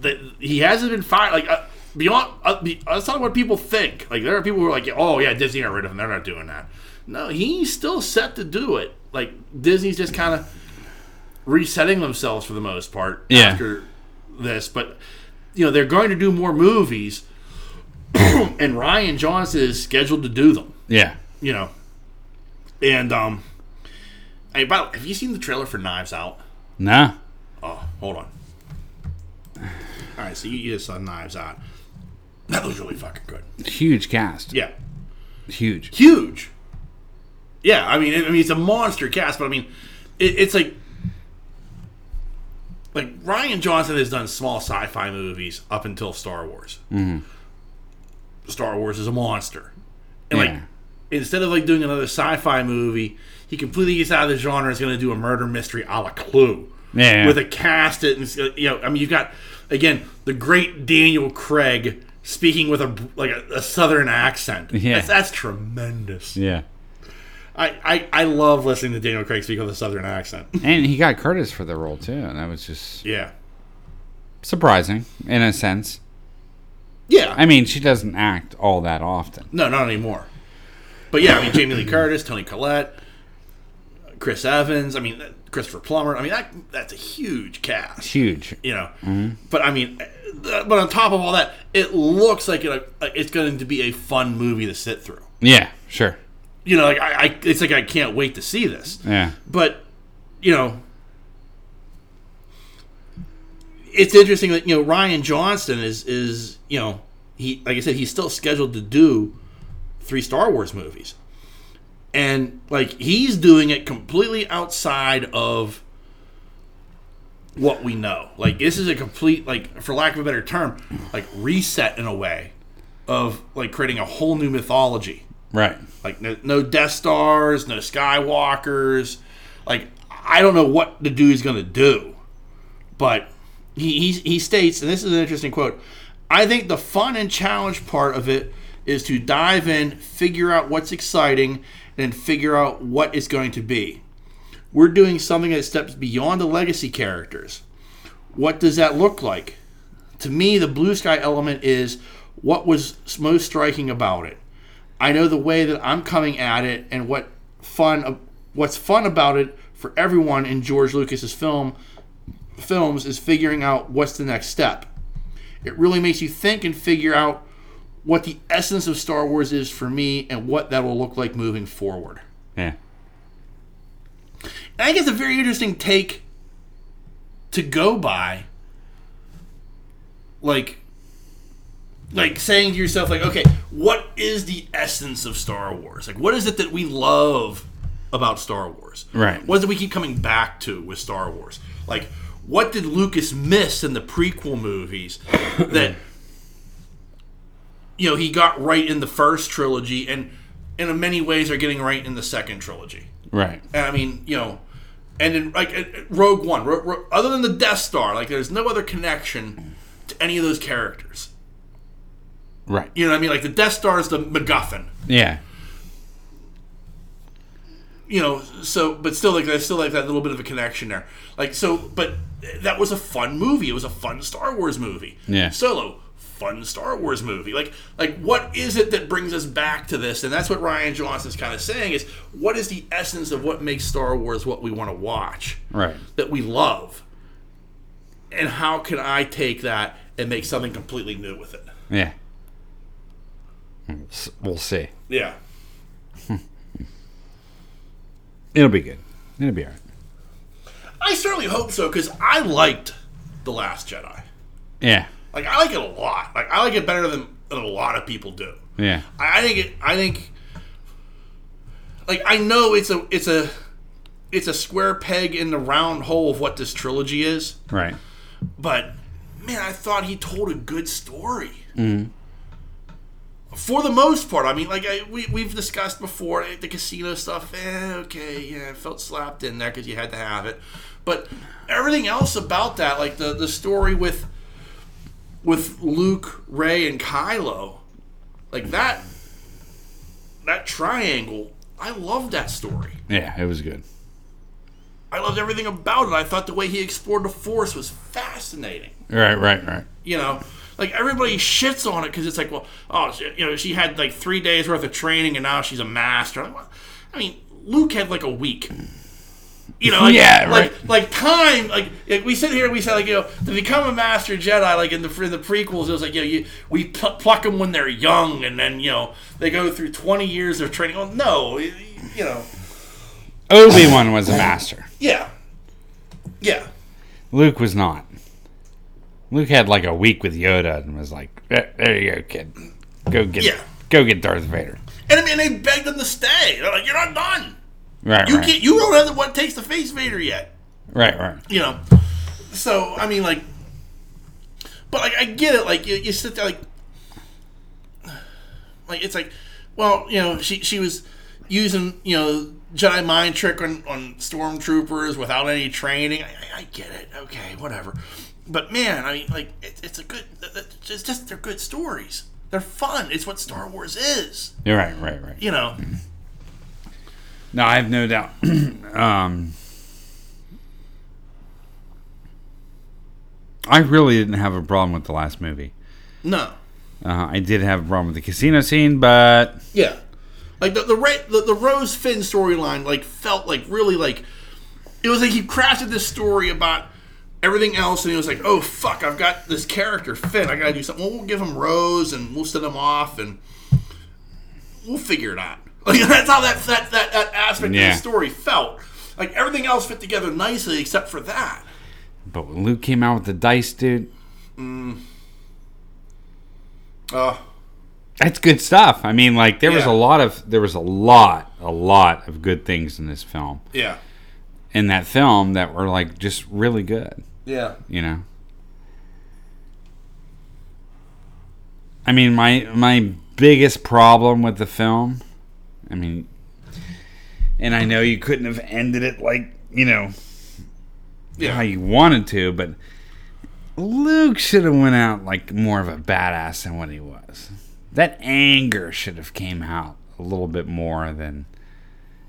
S6: the, he hasn't been fired. Like uh, beyond uh, be, that's not what people think. Like there are people who are like, oh yeah, Disney got rid of him. They're not doing that. No, he's still set to do it. Like Disney's just kind of resetting themselves for the most part
S7: Yeah.
S6: after this, but you know they're going to do more movies, [COUGHS] and Ryan Johnson is scheduled to do them
S7: Yeah.
S6: you know. And um, hey, by the way, have you seen the trailer for Knives Out?
S7: Nah.
S6: Oh, hold on. All right, so you, you just saw Knives Out. That was really fucking good.
S7: Huge cast.
S6: Yeah,
S7: Huge.
S6: huge. Yeah, I mean, I mean, it's a monster cast, but I mean, it, it's like. Like Ryan Johnson has done small sci-fi movies up until Star Wars. Star Wars is a monster, and
S7: Yeah.
S6: like instead of like doing another sci-fi movie, he completely gets out of the genre. Is going to do a murder mystery a la Clue.
S7: Yeah.
S6: With a cast it, and uh, you know, I mean, you've got again the great Daniel Craig speaking with a like a, a southern accent.
S7: Yeah.
S6: that's, that's tremendous.
S7: Yeah.
S6: I, I I love listening to Daniel Craig speak with a southern accent.
S7: And he got Curtis for the role too, and that was just
S6: yeah,
S7: surprising in a sense.
S6: yeah.
S7: I mean, she doesn't act all that often.
S6: no, not anymore. But yeah, I mean, Jamie Lee Curtis, Tony Collette, Chris Evans. I mean, that- Christopher Plummer. I mean, that that's a huge cast.
S7: Huge.
S6: you know. But I mean, uh, but on top of all that, it looks like it, uh, it's going to be a fun movie to sit through.
S7: Yeah. Sure.
S6: You know, like I, I, it's like I can't wait to see this.
S7: Yeah.
S6: But you know, it's interesting that you know Ryan Johnston is is you know he like I said he's still scheduled to do three Star Wars movies, and like he's doing it completely outside of what we know. Like this is a complete like for lack of a better term like reset in a way of like creating a whole new mythology.
S7: Right.
S6: Like no, no Death Stars, no Skywalkers. Like I don't know what the dude's gonna do, but he he, he states, and this is an interesting quote. I think the fun and challenge part of it is to dive in, figure out what's exciting, and figure out what it's going to be. We're doing something that steps beyond the legacy characters. What does that look like? To me, the blue sky element is what was most striking about it. I know the way that I'm coming at it and what fun what's fun about it for everyone in George Lucas's film films is figuring out what's the next step. It really makes you think and figure out what the essence of Star Wars is for me and what that will look like moving forward.
S7: Yeah.
S6: And I think it's a very interesting take to go by. Like like saying to yourself like okay what is the essence of star wars like what is it that we love about star wars
S7: Right.
S6: what is it we keep coming back to with star wars like what did lucas miss in the prequel movies that you know he got right in the first trilogy and and in many ways are getting right in the second trilogy
S7: Right.
S6: and I mean, you know, and in like uh, Rogue One, Ro- Ro- other than the Death Star, like there's no other connection to any of those characters.
S7: Right.
S6: You know what I mean? Like the Death Star is the MacGuffin.
S7: Yeah.
S6: You know, so but still, like there's still like that little bit of a connection there. Like so, but that was a fun movie. It was a fun Star Wars movie.
S7: Yeah.
S6: Solo, fun Star Wars movie. Like like what is it that brings us back to this? And that's what Ryan Johnson's kind of saying is what is the essence of what makes Star Wars what we want to watch?
S7: Right.
S6: that we love and how can i take that and make something completely new with it
S7: Yeah. We'll s- We'll see.
S6: yeah
S7: It'll be good. It'll be all right.
S6: i certainly hope so because i liked the last jedi
S7: Yeah.
S6: like i like it a lot like i like it better than, than a lot of people do
S7: Yeah.
S6: I, I think it i think like i know it's a it's a it's a square peg in the round hole of what this trilogy is
S7: Right.
S6: But man, I thought he told a good story. Mm. For the most part, I mean, like I, we we've discussed before, eh, the casino stuff. Eh, okay, yeah, it felt slapped in there because you had to have it. But everything else about that, like the the story with with Luke, Ray, and Kylo, like that that triangle, I loved that story.
S7: Yeah. It was good.
S6: I loved everything about it. I thought the way he explored the Force was fascinating.
S7: Right. Right. Right.
S6: you know like everybody shits on it because it's like well oh she, you know she had like three days worth of training and now she's a master like, well, i mean luke had like a week you know
S7: [LAUGHS]
S6: like,
S7: Yeah,
S6: like,
S7: right.
S6: like time like, like, we sit here and we say like you know to become a master jedi like in the in the prequels it was like you know you, we pl- pluck them when they're young and then you know they go through 20 years of training well no you you know
S7: Obi Wan was a master.
S6: yeah yeah
S7: Luke was not. Luke had like a week with Yoda and was like, "Eh, "There you go, kid. Go get,
S6: Yeah.
S7: go get Darth Vader."
S6: and i mean they begged them to stay they're like you're not done
S7: Right.
S6: you
S7: right.
S6: can't you don't have the what takes the face vader yet
S7: right. Right.
S6: you know. So I mean, like, but like I get it. Like you, you sit there, like, like it's like, well, you know, she she was using you know Jedi mind trick on on stormtroopers without any training. I, I, I get it. Okay, whatever. But man, I mean, like, it, it's a good. It's just they're good stories. They're fun. It's what Star Wars is.
S7: You're right. Right. Right.
S6: You know.
S7: No, I have no doubt. [CLEARS THROAT] um, I really didn't have a problem with the last movie.
S6: No.
S7: Uh, I did have a problem with the casino scene, but
S6: Yeah, like the the Ra- the, the Rose Finn storyline like felt like really like it was like he crafted this story about everything else, and he was like, oh fuck, I've got this character Finn, I gotta do something. Well, we'll give him Rose, and we'll send him off, and we'll figure it out. [LAUGHS] Like that's how that that that, that aspect of
S7: Yeah.
S6: the story felt. Like everything else fit together nicely except for that.
S7: but when Luke came out with the dice, dude,
S6: Mm. Uh,
S7: that's good stuff. I mean, like there was
S6: Yeah.
S7: a lot of there was a lot, a lot of good things in this film,
S6: yeah,
S7: in that film that were like just really good.
S6: yeah.
S7: You know, I mean, my my biggest problem with the film, I mean, and I know you couldn't have ended it like you know how you wanted to, but Luke should have went out like more of a badass than what he was. That anger should have came out a little bit more than.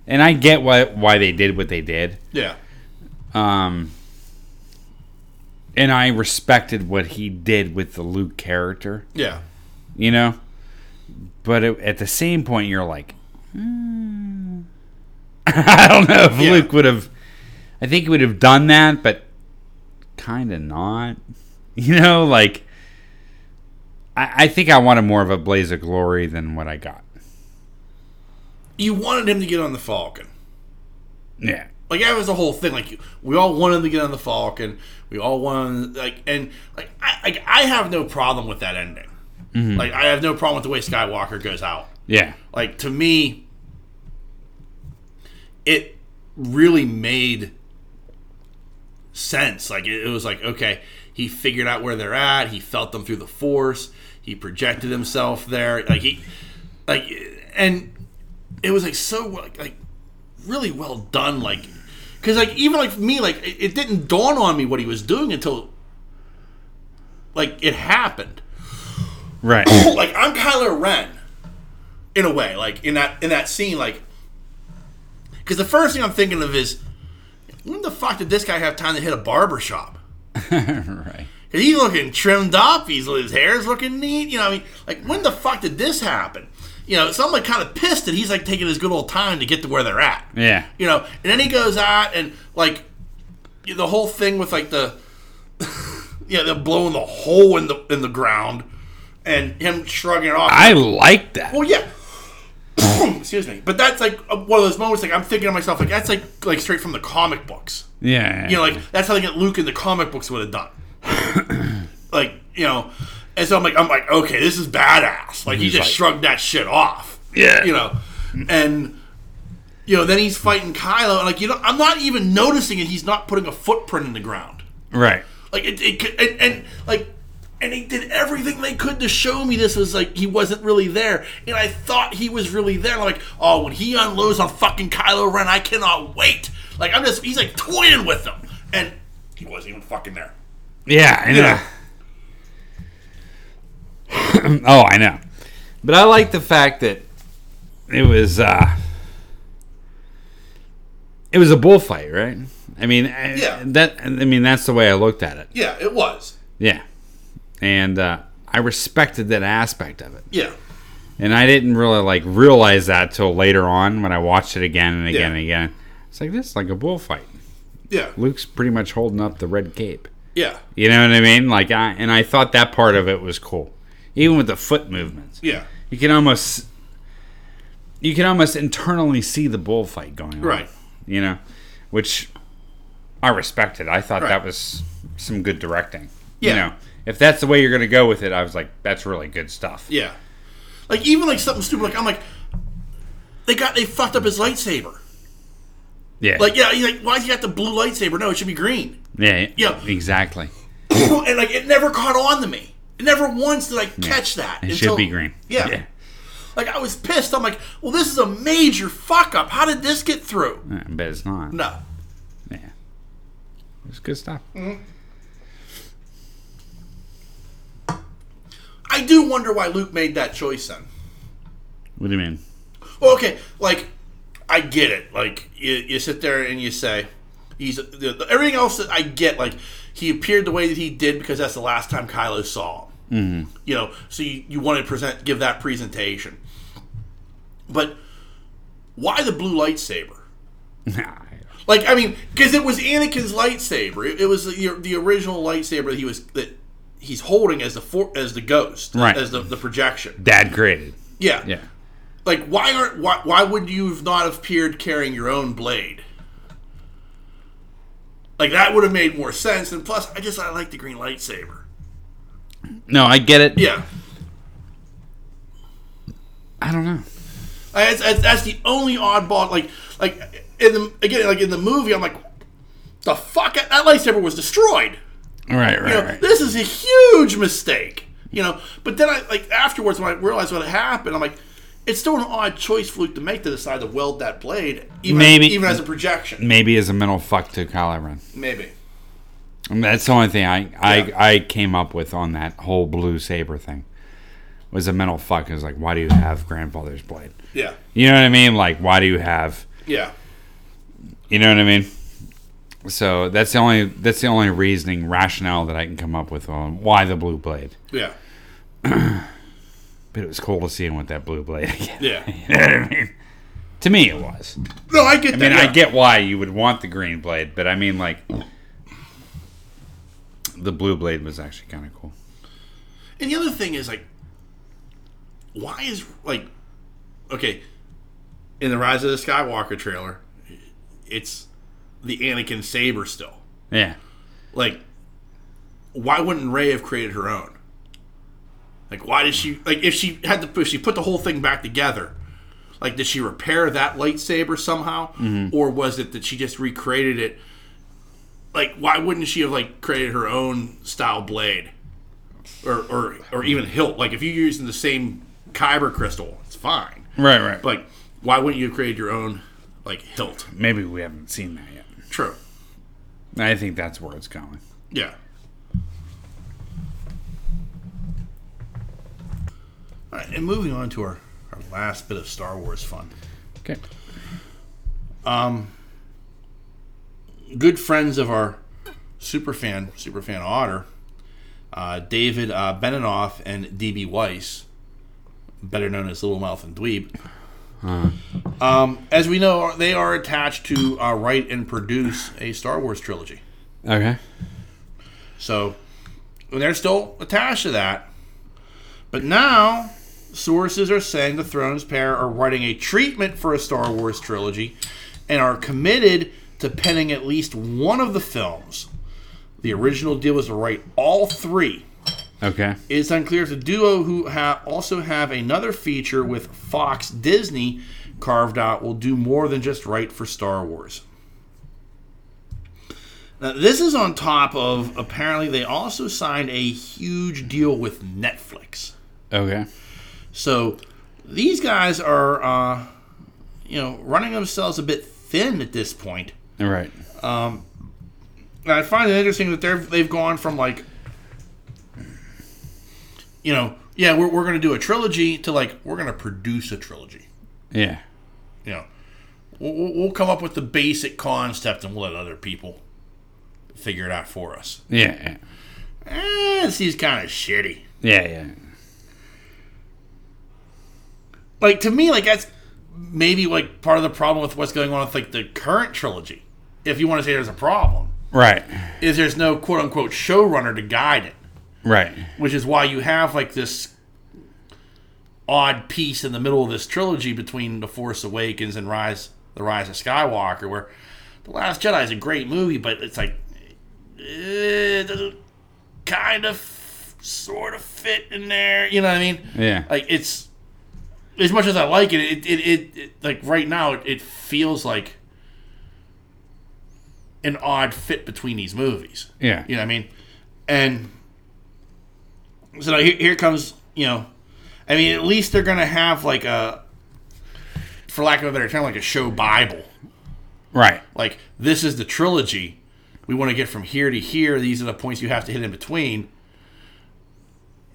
S7: And I get why why they did what they did.
S6: Yeah.
S7: Um, and I respected what he did with the Luke character,
S6: Yeah.
S7: you know. But it, at the same point, you're like, "Hmm." [LAUGHS] I don't know if
S6: Yeah.
S7: Luke would have. I think he would have done that, but kind of not. [LAUGHS] You know, like I, I think I wanted more of a blaze of glory than what I got.
S6: You wanted him to get on the Falcon.
S7: Yeah,
S6: Like that was the whole thing. Like we all wanted to get on the Falcon. We all wanted like and like I like, I have no problem with that ending. Like I have no problem with the way Skywalker goes out. [COUGHS]
S7: yeah,
S6: Like to me, it really made sense. Like it, it was like okay, he figured out where they're at. He felt them through the Force. He projected himself there. Like he, like and it was like so like, like really well done. Like because like even like me like it, it didn't dawn on me what he was doing until like it happened
S7: right,
S6: [COUGHS] like I'm Kylo Ren, in a way, like in that in that scene, like because the first thing I'm thinking of is when the fuck did this guy have time to hit a barber shop?
S7: [COUGHS] right.
S6: Cause he's looking trimmed up, he's his hair's looking neat. You know, I mean, like when the fuck did this happen? You know, so I'm like kind of pissed that he's like taking his good old time to get to where they're at.
S7: Yeah,
S6: You know, and then he goes out and like the whole thing with like the [LAUGHS] yeah, they're blowing the hole in the in the ground and him shrugging it off.
S7: I like that.
S6: Well, yeah. [CLEARS THROAT] Excuse me, but that's like uh, one of those moments. Like I'm thinking to myself, like that's like like straight from the comic books.
S7: Yeah,
S6: You know, like that's how they get Luke in the comic books would have done. [CLEARS THROAT] like you know, and so I'm like, I'm like, okay, this is badass. Like he just shrugged that shit off.
S7: Yeah.
S6: you know, and you know, then he's fighting Kylo, and like you know, I'm not even noticing it. He's not putting a footprint in the ground.
S7: right.
S6: Like it, it could, and, and like, and he did everything they could to show me this was like he wasn't really there, and I thought he was really there. Like, oh, when he unloads on fucking Kylo Ren, I cannot wait. Like, I'm just, he's like toying with them, and he wasn't even fucking there.
S7: Yeah, I know. [CLEARS THROAT] oh, I know. But I like the fact that it was uh it was a bullfight, right? I mean, I-
S6: Yeah.
S7: that I mean that's the way I looked at it.
S6: Yeah, it was.
S7: Yeah. And uh I respected that aspect of it.
S6: Yeah,
S7: And I didn't really like realize that till later on when I watched it again and again
S6: Yeah.
S7: and again. It's like this is like a bullfight.
S6: yeah,
S7: Luke's pretty much holding up the red cape.
S6: yeah,
S7: You know what I mean? Like I and I thought that part of it was cool, even with the foot movements.
S6: yeah.
S7: You can almost you can almost internally see the bullfight going on.
S6: Right.
S7: You know, which I respected. I thought that
S6: Right.
S7: was some good directing.
S6: Yeah.
S7: You know, if that's the way you're going to go with it, I was like, that's really good stuff.
S6: Yeah. Like even like something stupid. Like I'm like, they got they fucked up his lightsaber.
S7: Yeah.
S6: Like yeah, he's like, why he got the blue lightsaber? No, it should be green.
S7: yeah.
S6: yeah.
S7: Exactly.
S6: and like it never caught on to me. It never once did I catch that.
S7: It
S6: until-
S7: should be green.
S6: Yeah.
S7: yeah.
S6: Like I was pissed. I'm like, well, this is a major fuck up. How did this get through?
S7: I bet it's not.
S6: No.
S7: Yeah. It's good stuff.
S6: I do wonder why Luke made that choice then.
S7: What do you mean? [LAUGHS]
S6: Well, okay, like I get it. Like you, you sit there and you say, he's the, the- everything else that I get. Like he appeared the way that he did because that's the last time Kylo saw him. Mm-hmm. You know, so you, you want to present give that presentation, but why the blue lightsaber? Like I mean, because it was Anakin's lightsaber. It, it was the, the original lightsaber that he was that he's holding as the for, as the ghost,
S7: Right.
S6: As the, the projection.
S7: Dad created.
S6: Yeah,
S7: Yeah.
S6: Like why aren't why why would you have not have appeared carrying your own blade? Like that would have made more sense. And plus, I just I like the green lightsaber.
S7: No, I get it.
S6: Yeah,
S7: I don't know.
S6: I, that's- that's, that's the only oddball. Like like in the again like in the movie, I'm like, the fuck that lightsaber was destroyed.
S7: Right, right,
S6: You know,
S7: right.
S6: This is a huge mistake. You know, but then I like afterwards when I realized what had happened, I'm like, it's still an odd choice for Luke to make to decide to weld that blade, even
S7: Maybe-
S6: even as a projection.
S7: Maybe as a mental fuck to Kyle Everett.
S6: Maybe.
S7: I mean, that's the only thing I, I I came up with on that whole blue saber thing. Was a mental fuck. It was like, why do you have grandfather's blade?
S6: Yeah.
S7: You know what I mean? Like, why do you have?
S6: Yeah.
S7: You know what I mean? So that's the only that's the only reasoning rationale that I can come up with on why the blue blade.
S6: Yeah.
S7: But it was cool to see him with that blue blade [LAUGHS] again.
S6: Yeah.
S7: You know what I mean? To me, it was.
S6: No, I get
S7: I
S6: that.
S7: mean, I
S6: yeah.
S7: get why you would want the green blade, but I mean, like, the blue blade was actually kind of cool.
S6: And the other thing is like, why is like, okay, in the Rise of the Skywalker trailer, it's the Anakin saber still.
S7: Yeah.
S6: Like, why wouldn't Ray have created her own? Like, why did she like if she had to if she put the whole thing back together? Like, did she repair that lightsaber somehow,
S7: Mm-hmm.
S6: or was it that she just recreated it? Like, why wouldn't she have like created her own style blade, or or or even hilt? Like, if you're using the same kyber crystal, it's fine.
S7: Right, right. But
S6: Like, why wouldn't you have created your own like hilt?
S7: maybe we haven't seen that yet.
S6: True.
S7: I think that's where it's going.
S6: Yeah. All right, and moving on to our, our last bit of Star Wars fun.
S7: Okay.
S6: Good friends of our super fan, super fan Otter, uh, David uh, Beninoff and DB Weiss, better known as Little Mouth and Dweeb. Um, as we know, they are attached to uh, write and produce a Star Wars trilogy.
S7: Okay.
S6: So and they're still attached to that. But now sources are saying the Thrones pair are writing a treatment for a Star Wars trilogy and are committed to penning at least one of the films. The original deal was to write all three.
S7: Okay.
S6: It's unclear if the duo, who ha- also have another feature with Fox Disney carved out, will do more than just write for Star Wars. Now, this is on top of apparently they also signed a huge deal with Netflix.
S7: Okay.
S6: So these guys are, uh, you know, running themselves a bit thin at this point.
S7: All right.
S6: And I find it interesting that they're they've gone from like, you know, yeah, we're, we're going to do a trilogy to like we're going to produce a trilogy.
S7: Yeah.
S6: You know, we'll, we'll we'll come up with the basic concept and we'll let other people figure it out for us.
S7: Yeah. Yeah.
S6: Eh, this seems kind of shitty.
S7: Yeah. yeah.
S6: Like to me, like that's maybe like part of the problem with what's going on with like the current trilogy. If you want to say there's a problem,
S7: Right.
S6: is there's no quote unquote showrunner to guide it.
S7: Right.
S6: which is why you have like this odd piece in the middle of this trilogy between The Force Awakens and Rise the Rise of Skywalker where The Last Jedi is a great movie but it's like eh, it doesn't kind of sort of fit in there, you know what I mean?
S7: Yeah.
S6: Like it's as much as I like it, it it, it, it like right now it, it feels like an odd fit between these movies.
S7: Yeah.
S6: You know what I mean? And so now here, here comes, you know, I mean, at least they're going to have like a, for lack of a better term, like a show Bible.
S7: Right.
S6: Like, this is the trilogy. We want to get from here to here. These are the points you have to hit in between.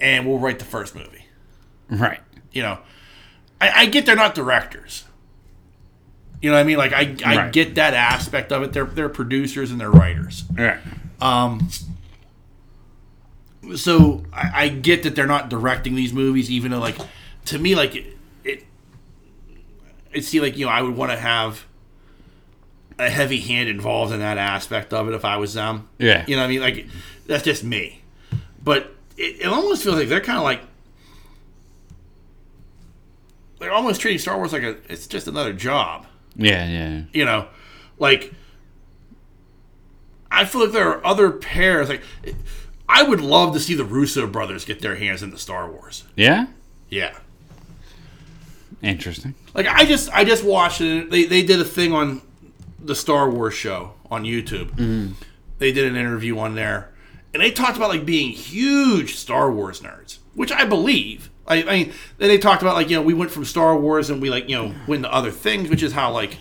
S6: And we'll write the first movie.
S7: Right.
S6: You know, I, I get they're not directors. You know what I mean? Like, I, I
S7: Right.
S6: get that aspect of it. They're, they're producers and they're writers.
S7: Right.
S6: so I, I get that they're not directing these movies, even though like to me like it, it it seemed like you know I would want to have a heavy hand involved in that aspect of it if I was them.
S7: Yeah.
S6: you know what I mean like that's just me, but it, it almost feels like they're kind of like they're almost treating Star Wars like a it's just another job
S7: Yeah. Yeah.
S6: you know, like I feel like there are other pairs. Like I would love to see the Russo brothers get their hands into Star Wars.
S7: Yeah.
S6: Yeah,
S7: Interesting.
S6: like I just I just watched it. They they did a thing on the Star Wars show on YouTube. They did an interview on there, and they talked about like being huge Star Wars nerds, which I believe. I, I mean, then they talked about like you know we went from Star Wars and we like you know went to other things, which is how like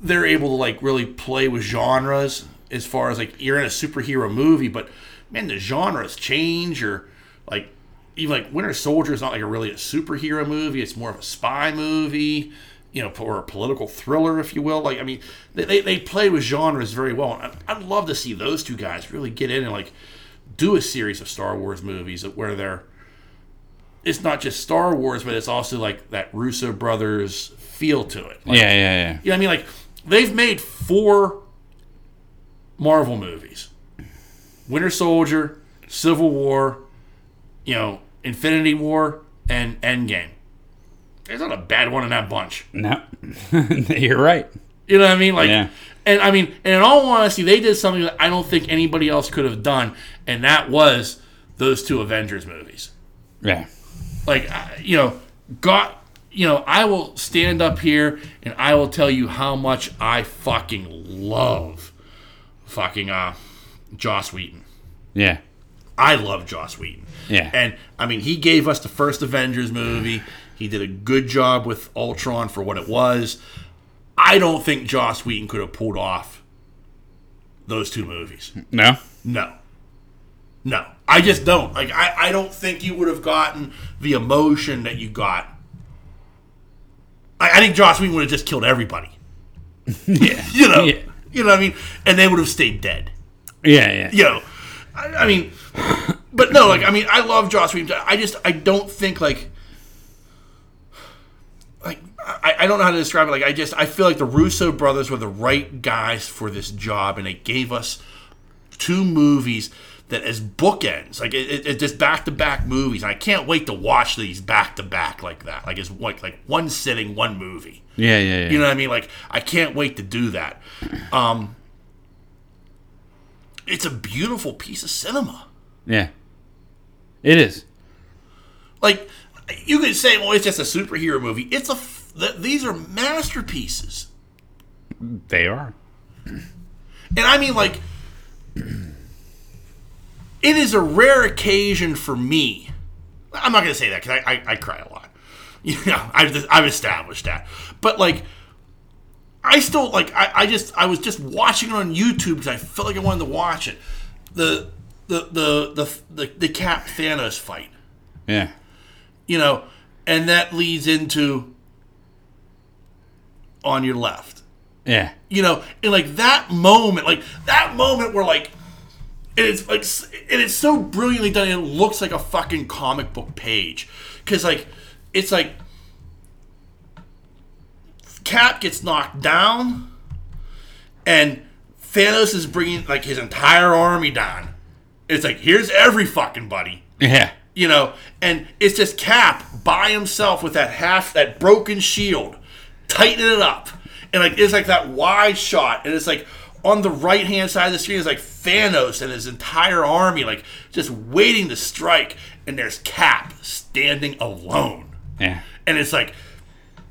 S6: they're able to like really play with genres as far as like you're in a superhero movie, but man, the genres change or like even like Winter Soldier is not like a really a superhero movie; it's more of a spy movie, you know, or a political thriller, if you will. Like, I mean, they they, they play with genres very well. And I, I'd love to see those two guys really get in and like do a series of Star Wars movies where they're it's not just Star Wars, but it's also like that Russo brothers feel to it. Like,
S7: yeah, yeah, yeah.
S6: you know what I mean? Like they've made four Marvel movies: Winter Soldier, Civil War, you know, Infinity War, and Endgame. There's not a bad one in that bunch.
S7: No, [LAUGHS] you're right.
S6: You know what I mean? Like,
S7: Yeah.
S6: and I mean, and in all honesty, they did something that I don't think anybody else could have done, and that was those two Avengers movies.
S7: Yeah,
S6: like I- you know god you know i will stand up here and i will tell you how much i fucking love fucking uh joss wheaton
S7: yeah,
S6: i love joss wheaton
S7: Yeah.
S6: and i mean he gave us the first avengers movie he did a good job with ultron for what it was i don't think joss wheaton could have pulled off those two movies
S7: no,
S6: no. No. I just don't. Like I, I don't think you would have gotten the emotion that you got. I, I think Joss Whedon would have just killed everybody.
S7: [LAUGHS] yeah,
S6: You know?
S7: Yeah.
S6: You know what I mean? And they would have stayed dead.
S7: yeah, yeah.
S6: You know. I, I mean But no, like I mean I love Joss Whedon. I just I don't think like like I, I don't know how to describe it. Like I just I feel like the Russo brothers were the right guys for this job, and they gave us two movies that as bookends, like it, it, it's just back to back movies. I can't wait to watch these back to back like that, like it's like like one sitting, one movie.
S7: Yeah, yeah, yeah.
S6: You know what I mean? Like I can't wait to do that. Um, it's a beautiful piece of cinema.
S7: yeah. It is.
S6: Like you could say, well, it's just a superhero movie. It's a f- th- these are masterpieces,
S7: They are.
S6: and I mean like it is a rare occasion for me. I'm not going to say that because I, I I cry a lot. [LAUGHS] You know, I've I've established that, but like. I still like I, I just I was just watching it on YouTube because I felt like I wanted to watch it. The the the the the, the Cap Thanos fight.
S7: Yeah,
S6: you know, and that leads into on your left,
S7: yeah,
S6: you know, and like that moment, like that moment where like and it's like s- and it's so brilliantly done. and It looks like a fucking comic book page because like it's like Cap gets knocked down, and Thanos is bringing like his entire army down. It's like here's every fucking buddy
S7: yeah,
S6: you know, and it's just Cap by himself with that half that broken shield, tightening it up, and like it's like that wide shot, and it's like on the right hand side of the screen is like Thanos and his entire army, like just waiting to strike, and there's Cap standing alone,
S7: yeah.
S6: and it's like,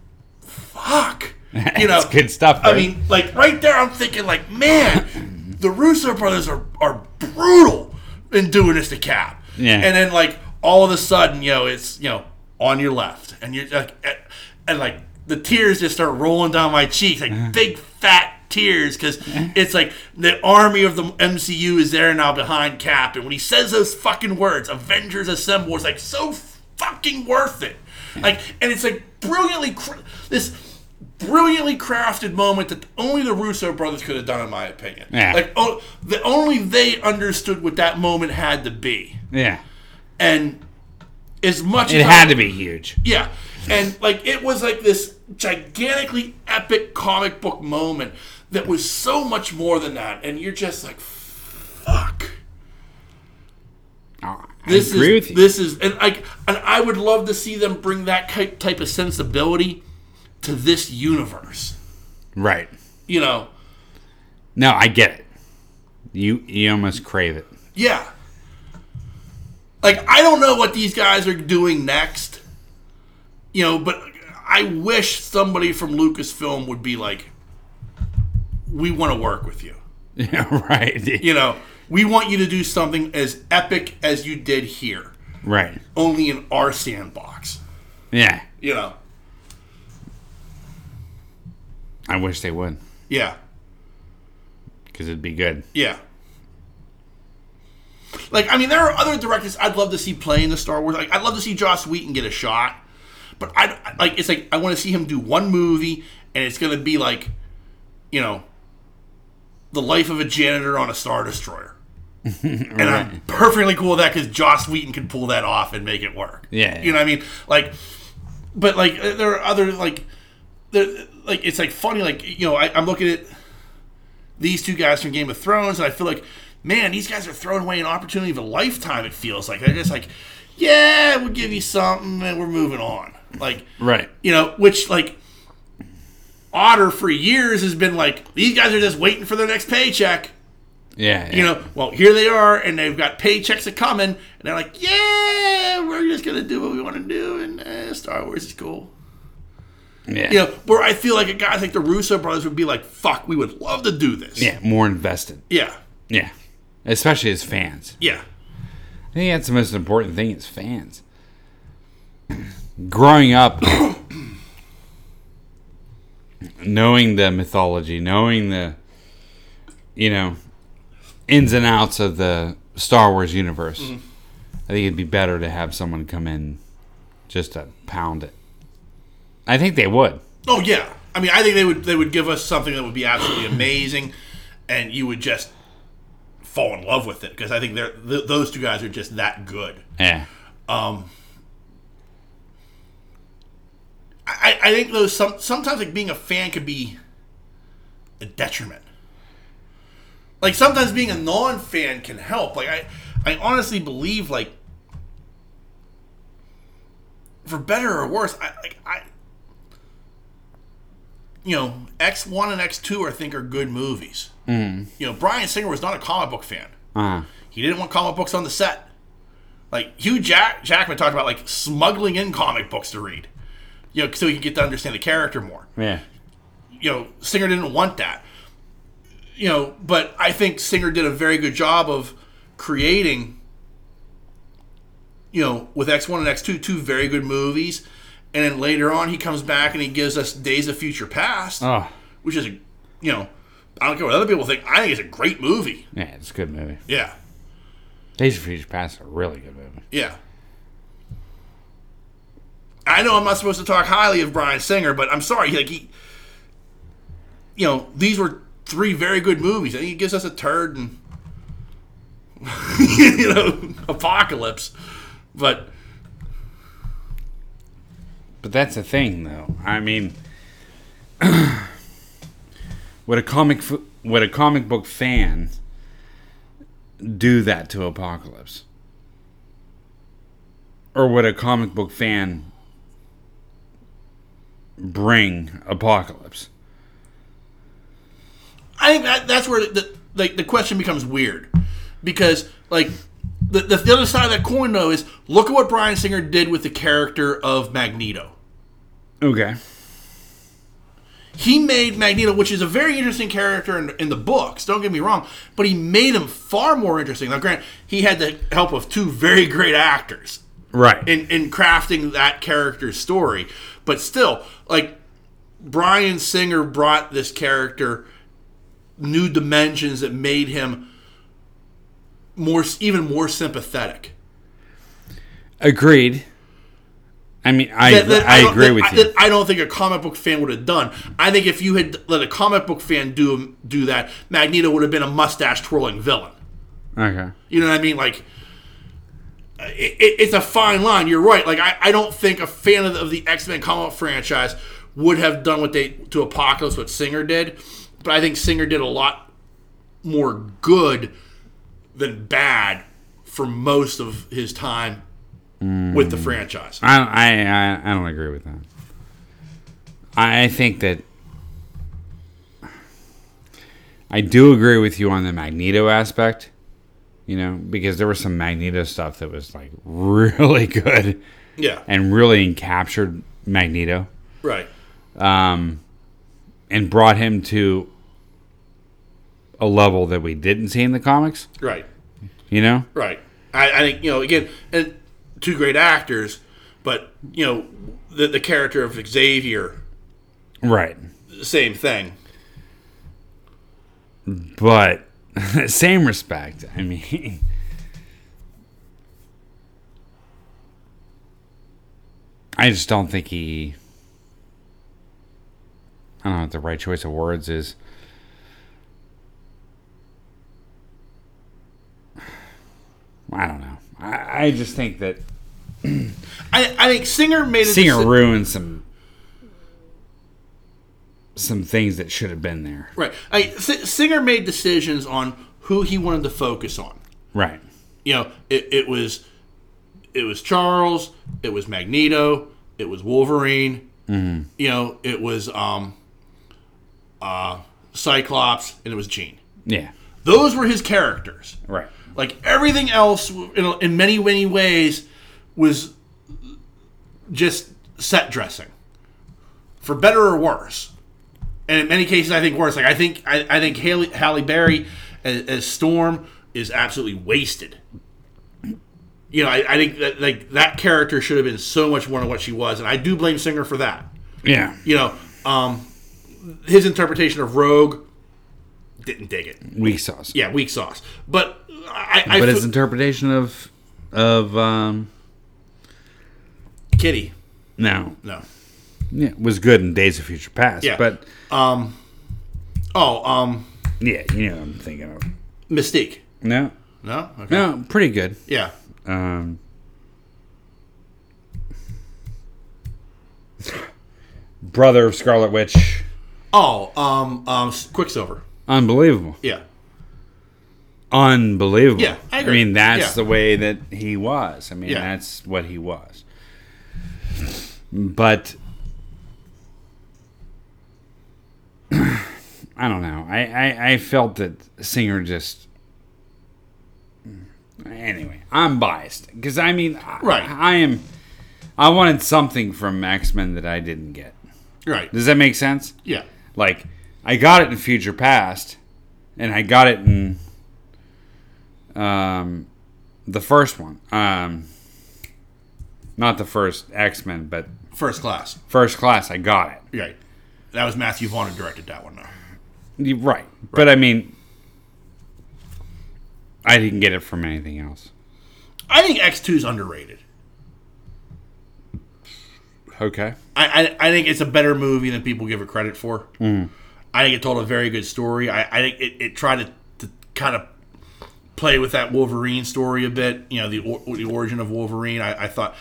S7: [LAUGHS]
S6: fuck, you know,
S7: It's good stuff,
S6: I
S7: right?
S6: mean, like right there, I'm thinking like, man, the Russo brothers are are brutal in doing this to Cap.
S7: Yeah.
S6: And then like all of a sudden, you know, it's you know on your left, and you're like, and, and, like the tears just start rolling down my cheeks, like big fat tears, because it's like the army of the MCU is there now behind Cap, and when he says those fucking words, Avengers Assemble, it's like so fucking worth it. Like, and it's like brilliantly cr- this brilliantly crafted moment that only the Russo brothers could have done, in my opinion.
S7: Yeah.
S6: Like, oh, the, only they understood what that moment had to be.
S7: Yeah.
S6: And as much
S7: It
S6: as I-
S7: had to be huge.
S6: yeah. And like it was like this gigantically epic comic book moment that was so much more than that. And you're just like, fuck.
S7: I
S6: This
S7: agree
S6: is
S7: with you.
S6: this is and I and I would love to see them bring that ki- type of sensibility to this universe.
S7: right.
S6: You know,
S7: No, I get it. You you almost crave it. [LAUGHS]
S6: Yeah. Like I don't know what these guys are doing next. You know, but I wish somebody from Lucasfilm would be like we want to work with you.
S7: Yeah, right.
S6: You know, we want you to do something as epic as you did here,
S7: Right.
S6: only in our sandbox.
S7: Yeah.
S6: You know,
S7: I wish they would
S6: yeah,
S7: because it'd be good.
S6: yeah. Like, I mean, there are other directors I'd love to see play in the Star Wars. Like, I'd love to see Joss Wheaton get a shot, but I I- like it's like I want to see him do one movie, and it's gonna be like, you know, the life of a janitor on a
S7: [LAUGHS]
S6: Star Destroyer. and I'm perfectly cool with that because Joss Wheaton can pull that off and make it work.
S7: Yeah.
S6: you know what I mean? Like, but like uh, there are other like, there like it's like funny like you know I, I'm looking at these two guys from Game of Thrones and I feel like man these guys are throwing away an opportunity of a lifetime. It feels like they're just like yeah we'll give you something and we're moving on. Like
S7: Right.
S6: you know which like Otter for years has been like these guys are just waiting for their next paycheck
S7: Yeah.
S6: you know, well, here they are, and they've got paychecks a coming, and they're like, yeah, we're just gonna do what we want to do, and uh, Star Wars is cool.
S7: Yeah.
S6: You know, where I feel like a guy like the Russo brothers would be like, fuck, we would love to do this.
S7: yeah. More invested.
S6: yeah,
S7: Yeah. Especially as fans.
S6: yeah,
S7: I think that's the most important thing is fans. [CLEARS THROAT] Growing up, knowing the mythology, knowing the, you know, ins and outs of the Star Wars universe, I think it'd be better to have someone come in just to pound it. I think they would.
S6: oh yeah. I mean, I think they would they would give us something that would be absolutely amazing, and you would just fall in love with it because I think they're th- those two guys are just that good.
S7: Yeah.
S6: I, I think those some sometimes like being a fan could be a detriment. Like sometimes being a non-fan can help. Like I, I honestly believe like for better or worse, I like I, you know, X one and X two I think are good movies. Mm. You know, Brian Singer was not a comic book fan.
S7: Uh,
S6: He didn't want comic books on the set. Like Hugh Jack- Jackman talked about like smuggling in comic books to read, you know, so he could get to understand the character more.
S7: yeah.
S6: You know, Singer didn't want that. You know, but I think Singer did a very good job of creating, you know, with X one and X two, two very good movies, and then later on he comes back and he gives us Days of Future Past,
S7: Oh,
S6: which is a, you know, I don't care what other people think. I think it's a great movie.
S7: yeah. It's a good movie.
S6: Yeah,
S7: Days of Future Past is a really good movie.
S6: Yeah. I know I'm not supposed to talk highly of Brian Singer, but I'm sorry. Like he, you know, these were three very good movies. I think he gives us a turd and [LAUGHS] you know apocalypse, but
S7: But that's the thing, though. I mean, [CLEARS THROAT] would a comic f- would a comic book fan do that to Apocalypse, or would a comic book fan bring Apocalypse?
S6: I think that, that's where the, like the question becomes weird because like the, the the other side of that coin though is look at what Brian Singer did with the character of Magneto.
S7: Okay.
S6: he made Magneto, which is a very interesting character in, in the books. Don't get me wrong, but he made him far more interesting. Now, grant he had the help of two very great actors
S7: Right.
S6: in in crafting that character's story, but still, like Brian Singer brought this character new dimensions that made him more even more sympathetic.
S7: Agreed. I mean, I
S6: that- that
S7: I,
S6: don't-
S7: agree
S6: that-
S7: with
S6: I-
S7: you.
S6: that I don't think a comic book fan would have done. I think if you had let a comic book fan do do that, Magneto would have been a mustache twirling villain.
S7: okay.
S6: You know what I mean? Like, i it, it's a fine line. You're right. Like, I, I don't think a fan of the, of the X Men comic book franchise would have done what they to Apocalypse what Singer did, but I think Singer did a lot more good than bad for most of his time with the franchise.
S7: Mm. I I I, I don't agree with that. I I think that I do agree with you on the Magneto aspect. You know, because there was some Magneto stuff that was like really [LAUGHS] good
S6: Yeah.
S7: and really captured Magneto
S6: Right.
S7: um, and brought him to a level that we didn't see in the comics.
S6: Right.
S7: You know,
S6: Right. I, I think you know again, and two great actors, but you know the the character of Xavier,
S7: right?
S6: the same thing.
S7: But [LAUGHS] same respect. I mean, [LAUGHS] I just don't think he. I don't know what the right choice of words is. I don't know. I, I just think that
S6: I, I think Singer made a
S7: Singer
S6: deci-
S7: ruined some some things that should have been there.
S6: right. I, S- Singer made decisions on who he wanted to focus on.
S7: Right.
S6: You know, it, it was it was Charles, it was Magneto, it was Wolverine. You know, it was um, uh, Cyclops, and it was Jean.
S7: Yeah.
S6: Those were his characters.
S7: Right.
S6: Like everything else, in, in many, many ways, was just set dressing, for better or worse. And in many cases, I think worse. Like I think I, I think Haley, Halle Berry as, as Storm is absolutely wasted. You know, I, I think that like that character should have been so much more than what she was, and I do blame Singer for that.
S7: Yeah.
S6: You know, um, his interpretation of Rogue didn't dig it.
S7: Weak sauce.
S6: Yeah, weak sauce. But I, I
S7: But
S6: feel-
S7: his interpretation of of um
S6: Kitty.
S7: no
S6: No.
S7: yeah was good in Days of Future Past.
S6: Yeah.
S7: But
S6: Um. Oh, um,
S7: yeah, you know what I'm thinking of.
S6: Mystique.
S7: No.
S6: No. Okay.
S7: No, pretty good.
S6: Yeah.
S7: Um Brother of Scarlet Witch.
S6: Oh, um, um, Quicksilver.
S7: Unbelievable.
S6: Yeah.
S7: unbelievable.
S6: Yeah, I agree.
S7: mean, that's
S6: Yeah.
S7: the way that he was. I mean,
S6: Yeah.
S7: that's what he was. But [CLEARS THROAT] I don't know. I, I, I felt that Singer just. Anyway, I'm biased because I mean, I-
S6: Right.
S7: I, am. I wanted something from X Men that I didn't get.
S6: Right.
S7: Does that make sense?
S6: Yeah.
S7: Like, I got it in Future Past, and I got it in um, the first one. Um, not the first X Men, but
S6: First class.
S7: First Class. I got it.
S6: Right. That was Matthew Vaughn who directed that one. Though.
S7: You- Right. But I mean, I didn't get it from anything else.
S6: I think X two is underrated.
S7: Okay.
S6: I, I I think it's a better movie than people give it credit for. I think it told a very good story. I, I think it, it tried to, to kind of play with that Wolverine story a bit. You know, the or, the origin of Wolverine. I, I thought,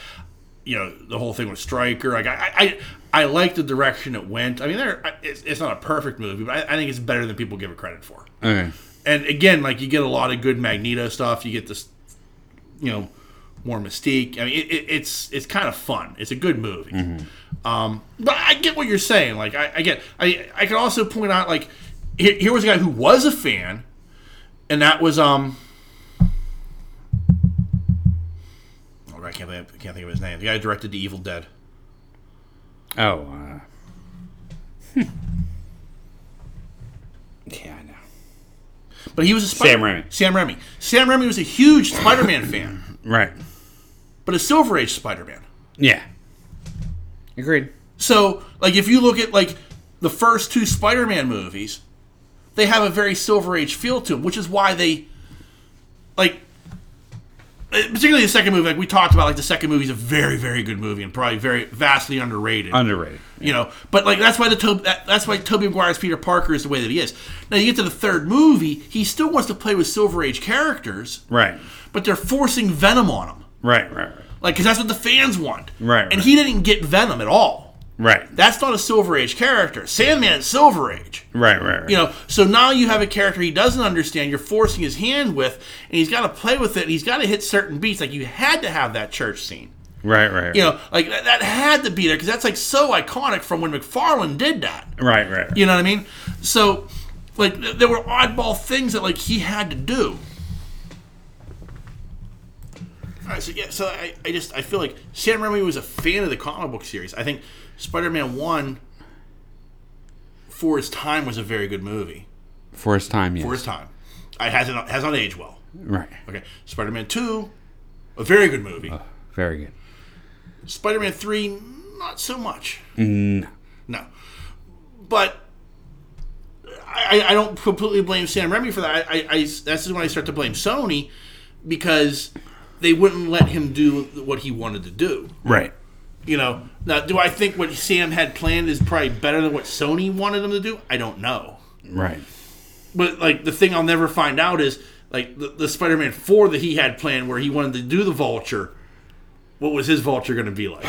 S6: you know, the whole thing with Stryker. Like I I, I like the direction it went. I mean, there I- it's, it's not a perfect movie, but I, I think it's better than people give it credit for.
S7: Okay.
S6: And again, like you get a lot of good Magneto stuff. You get this, you know, more Mystique. I mean, it, it, it's it's kind of fun. It's a good movie.
S7: Mm-hmm.
S6: Um, but I get what you're saying. Like I, I get. I I can also point out like here, here was a guy who was a fan, and that was um. Oh, I can't think, I can't think of his name. The guy who directed The Evil Dead.
S7: Oh. Uh, Hmm. yeah, I know.
S6: But he was a
S7: Sam
S6: Spider-
S7: Raimi.
S6: Sam Raimi. Sam Raimi was a huge Spider-Man fan,
S7: Right.
S6: but a Silver Age Spider-Man.
S7: Yeah. Agreed.
S6: So, like, if you look at like the first two Spider-Man movies, they have a very Silver Age feel to them, which is why they, like, eh, particularly the second movie. Like we talked about, like the second movie is a very, very good movie and probably very vastly underrated.
S7: Underrated.
S6: you know, but like that's why the to- that, that's why Toby Maguire's Peter Parker is the way that he is. Now you get to the third movie, he still wants to play with Silver Age characters,
S7: Right.
S6: but they're forcing Venom on him,
S7: Right. Right. Right.
S6: like because that's what the fans want,
S7: Right,
S6: And
S7: right.
S6: he didn't get Venom at all.
S7: Right.
S6: That's not a Silver Age character. Sandman's Silver Age.
S7: Right, right, right.
S6: You know, so now you have a character he doesn't understand, you're forcing his hand with, and he's got to play with it, and he's got to hit certain beats. Like, you had to have that church scene.
S7: right, right, right.
S6: You know, like that, that had to be there because that's like so iconic from when McFarlane did that.
S7: right, right, right.
S6: You know what I mean? So, like, th- there were oddball things that, like, he had to do. All right, so yeah, so I, I just I feel like Sam Raimi was a fan of the comic book series. I think Spider Man One, for his time, was a very good movie.
S7: For his time, yes.
S6: for his time. It hasn't has not aged well.
S7: Right.
S6: Okay, Spider Man Two, a very good movie.
S7: Very good.
S6: Spider Man Three, not so much. No, no, but I, I- I don't completely blame Sam Raimi for that. I, I, I that's when I start to blame Sony because they wouldn't let him do what he wanted to do.
S7: Right.
S6: You know, now do I think what Sam had planned is probably better than what Sony wanted him to do? I don't know.
S7: Right.
S6: But like the thing I'll never find out is like the, the Spider-Man four that he had planned, where he wanted to do the Vulture. What was his Vulture going to be like?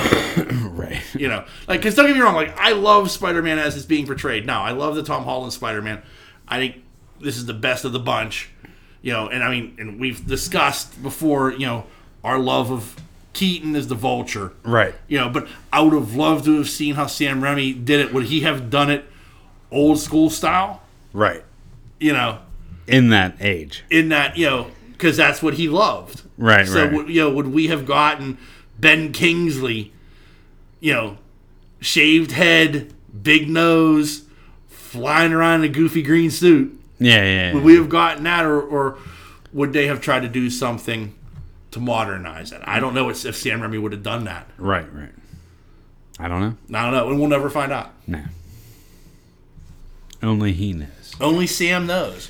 S7: Right.
S6: You know, like because don't get me wrong, like I love Spider-Man as it's being portrayed now. I love the Tom Holland Spider-Man. I think this is the best of the bunch. You know, and I mean, and we've discussed before. You know, our love of Keaton as the Vulture.
S7: Right.
S6: You know, but I would have loved to have seen how Sam Raimi did it. Would he have done it old school style?
S7: Right.
S6: You know,
S7: In that age.
S6: in that you know because that's what he loved
S7: Right,
S6: so
S7: right.
S6: would- you know would we have gotten ben kingsley you know shaved head big nose flying around in a goofy green suit
S7: Yeah, yeah. yeah.
S6: would we have gotten that or, or would they have tried to do something to modernize it i don't know if sam raimi would have done that
S7: right, right. I don't know.
S6: i don't know and we'll never find out
S7: No. Only he knows.
S6: only sam knows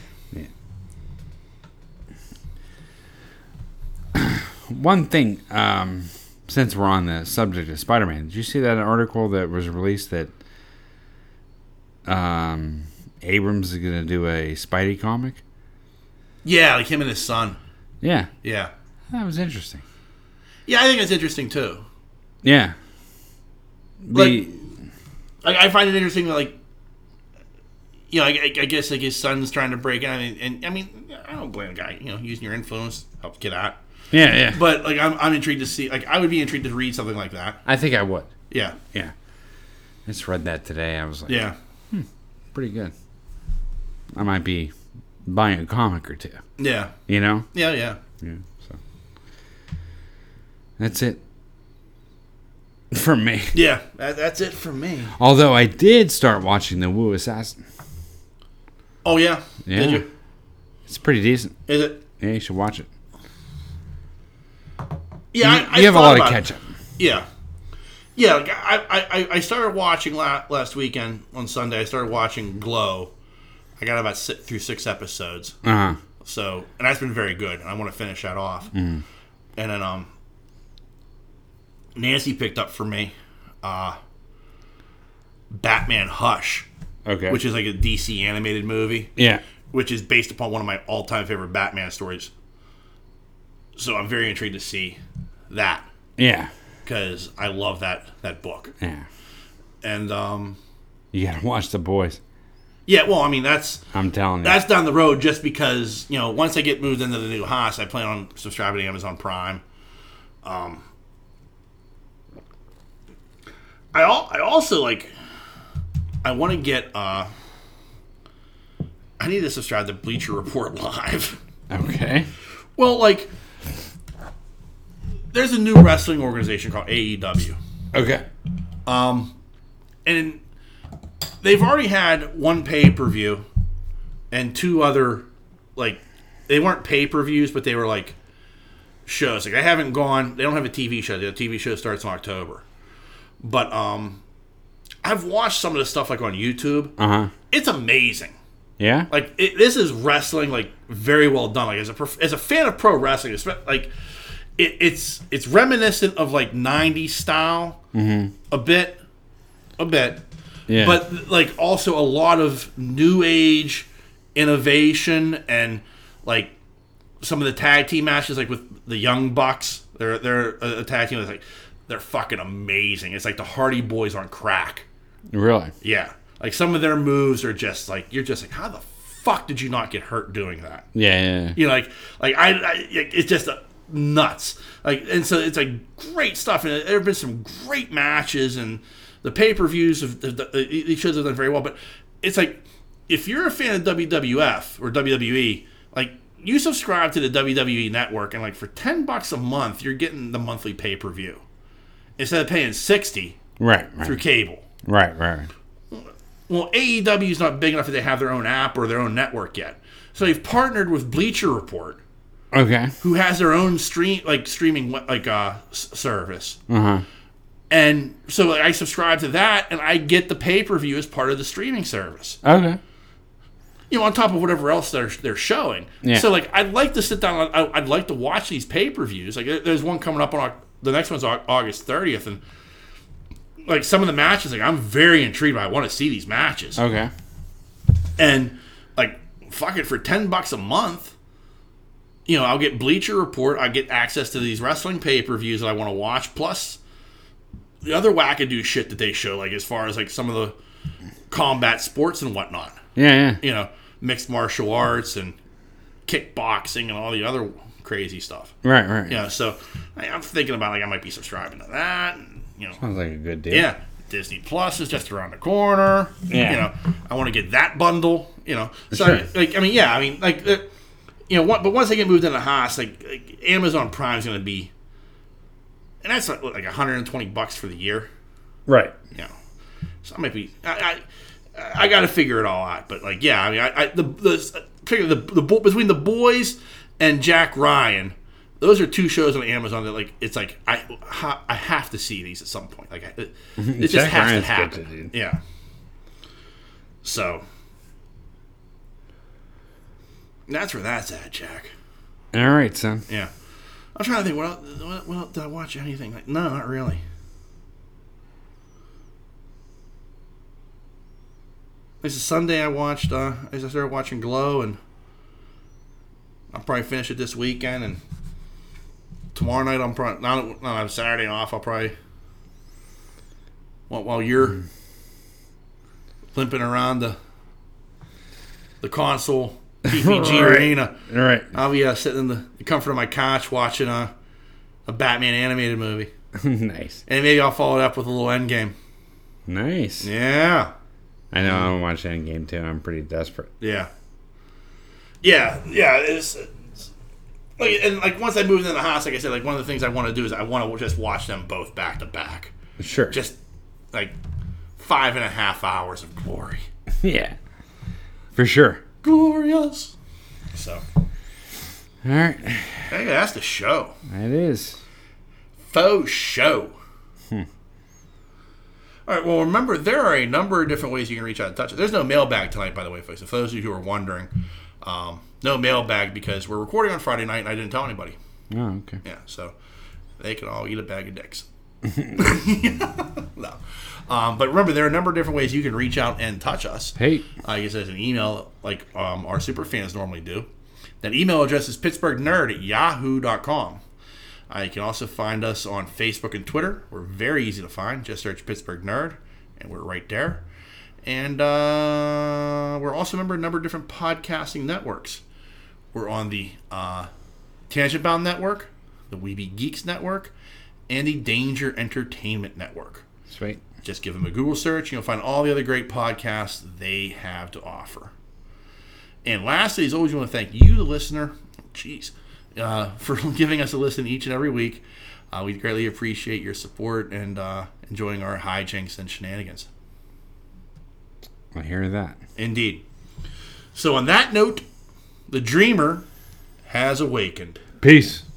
S7: One thing, um, since we're on the subject of Spider Man, did you see that article that was released that um, Abrams is going to do a Spidey comic?
S6: yeah like him and his son
S7: Yeah.
S6: yeah
S7: That was interesting.
S6: yeah i think it's interesting too
S7: Yeah. The,
S6: Like- like I find it interesting that like you know, I, I- I guess like his son's trying to break in. I mean, and I mean, I don't blame the guy. You know, using your influence help the kid out.
S7: yeah, yeah.
S6: But like, I'm, I'm intrigued to see. Like, I would be intrigued to read something like that.
S7: I think I would.
S6: Yeah,
S7: Yeah. I just read that today. I was like,
S6: yeah.
S7: pretty good. I might be buying a comic or two,
S6: Yeah,
S7: you know?
S6: yeah, yeah.
S7: Yeah. So that's it [LAUGHS] for me.
S6: Yeah, that, that's it for me.
S7: Although I did start watching the Wu Assassin.
S6: Oh yeah,
S7: Yeah.
S6: Did you?
S7: It's pretty decent.
S6: Is it?
S7: Yeah, you should watch it.
S6: Yeah,
S7: you you have a
S6: thought
S7: lot of
S6: about it.
S7: catch up.
S6: Yeah, yeah. Like, I, I- I, I started watching la- last weekend on Sunday. I started watching Glow. I got about six, through six episodes.
S7: Uh huh.
S6: So, and that's been very good. And I want to finish that off.
S7: Mm-hmm.
S6: And then, um, Nancy picked up for me, uh, Batman Hush,
S7: Okay.
S6: which is like a DC animated movie,
S7: yeah.
S6: which is based upon one of my all time favorite Batman stories. So I'm very intrigued to see that
S7: Yeah.
S6: because I love that that book.
S7: Yeah.
S6: And um,
S7: You gotta watch the boys.
S6: yeah, well, I mean that's
S7: I'm telling you.
S6: that's down the road just because you know once I get moved into the new house, I plan on subscribing to Amazon Prime. Um, I al- I also like I want to get uh, I need to subscribe to Bleacher Report [LAUGHS] Live.
S7: okay.
S6: well, like there's a new wrestling organization called E AEW
S7: Okay.
S6: and they've already had one pay per view and two other like they weren't pay per views, but they were like shows. Like I haven't gone. They don't have a TV show. The TV show starts in October, but um, I've watched some of the stuff like on YouTube.
S7: Uh huh.
S6: It's amazing.
S7: Yeah.
S6: Like it, this is wrestling, like very well done. Like as a prof- as a fan of pro wrestling, espe- like it, it's it's reminiscent of like '90s style a bit, a bit,
S7: yeah.
S6: but like also a lot of new age innovation and like some of the tag team matches, like with the Young Bucks, they're they're a a tag team that's like they're fucking amazing. It's like the Hardy Boys on crack.
S7: really.
S6: Yeah. Like some of their moves are just like you're just like how the fuck did you not get hurt doing that?
S7: Yeah. yeah, yeah.
S6: You know, like like I, I like, it's just uh, nuts. Like and so it's like great stuff and there have been some great matches and the pay per views of the, the, these shows have uh, done very well. But it's like if you're a fan of WWF or WWE, like you subscribe to the WWE network and like for ten bucks a month you're getting the monthly pay per view instead of paying sixty
S7: Right. Right.
S6: through cable.
S7: Right. Right. right.
S6: Well, AEW is not big enough that they have their own app or their own network yet. So they've partnered with Bleacher Report,
S7: Okay.
S6: who has their own stream like streaming we- like uh s- service. And so like, I subscribe to that, and I get the pay per view as part of the streaming service.
S7: Okay.
S6: You know, on top of whatever else they're they're showing.
S7: Yeah.
S6: So like, I'd like to sit down. I, I'd like to watch these pay per views. Like, there- there's one coming up on Oc- the next one's Au- August 30th, and like some of the matches, like I'm very intrigued. By, I want to see these matches.
S7: Okay.
S6: and like fuck it for 10 bucks a month you know i'll get bleacher report i get access to these wrestling pay-per-views that i want to watch plus the other wackadoo shit that they show like as far as like some of the combat sports and whatnot
S7: Yeah. Yeah.
S6: you know mixed martial arts and kickboxing and all the other crazy stuff
S7: Right. Right.
S6: you know so I, i'm thinking about like i might be subscribing to that and, you know
S7: Sounds like a good deal.
S6: yeah, Disney Plus is just around the corner.
S7: Yeah.
S6: You know, I want to get that bundle. You know, so
S7: Sure.
S6: like I mean, yeah, I mean, like uh, you know, what, but once they get moved into the house, like, like Amazon Prime's going to be, and that's like, what, like 120 bucks for the year.
S7: Right.
S6: You know, so I might be, I, I, I got to figure it all out. But like, yeah, I mean, I, I the the particularly the the bo- between the boys and Jack Ryan. Those are two shows on Amazon that like it's like I ha, I have to see these at some point. Like I,
S7: [LAUGHS]
S6: it, it just
S7: Jack
S6: has
S7: Ryan's
S6: to
S7: good,
S6: happen.
S7: dude.
S6: yeah. So that's where that's at, Jack.
S7: All right, son.
S6: Yeah. I'm trying to think. What else, what, what else did I watch? Anything? Like, no, not really. This is Sunday. I watched. Uh, I just started watching Glow, and I'll probably finish it this weekend. And tomorrow night, I'm probably no, no, I'm Saturday off. I'll probably. While, while you're limping around the the console PPG
S7: Right.
S6: arena,
S7: All right. [LAUGHS]
S6: I'll be uh, sitting in the, the comfort of my couch watching uh, a Batman animated movie.
S7: nice.
S6: And maybe I'll follow it up with a little Endgame.
S7: Nice.
S6: Yeah.
S7: I know. I watch Endgame too. I'm pretty desperate.
S6: Yeah. Yeah. Yeah. It's, it's- like, and like once I moved into the house, like I said, like one of the things I want to do is I want to just watch them both back to back.
S7: Sure.
S6: Just like five and a half hours of glory.
S7: [LAUGHS] yeah. For sure.
S6: Glorious. So,
S7: All right.
S6: hey, that's the show.
S7: It is.
S6: faux show. All right. Well, remember there are a number of different ways you can reach out and touch it. There's no mailbag tonight, by the way, folks. If those of you who are wondering, um, no mailbag because we're recording on Friday night and I didn't tell anybody.
S7: Oh, okay.
S6: Yeah, so they can all eat a bag of dicks. [LAUGHS] no. Um, but remember, there are a number of different ways you can reach out and touch us.
S7: Hey.
S6: Uh, I guess there's an email like um, our super fans normally do. That email address is pittsburghnerd at yahoo.com. Uh, you can also find us on Facebook and Twitter. We're very easy to find. Just search Pittsburgh Nerd, and we're right there. And uh, we're also a member of a number of different podcasting networks. We're on the uh, Tangent Bound Network, the Weeby Geeks Network, and the Danger Entertainment Network.
S7: Sweet.
S6: Just give them a Google search, and you'll find all the other great podcasts they have to offer. And lastly, as always, we want to thank you, the listener, jeez, uh, [LAUGHS] for giving us a listen each and every week. Uh, we greatly appreciate your support and uh, enjoying our hijinks and shenanigans.
S7: I hear that.
S6: Indeed. So, on that note, the dreamer has awakened.
S7: Peace.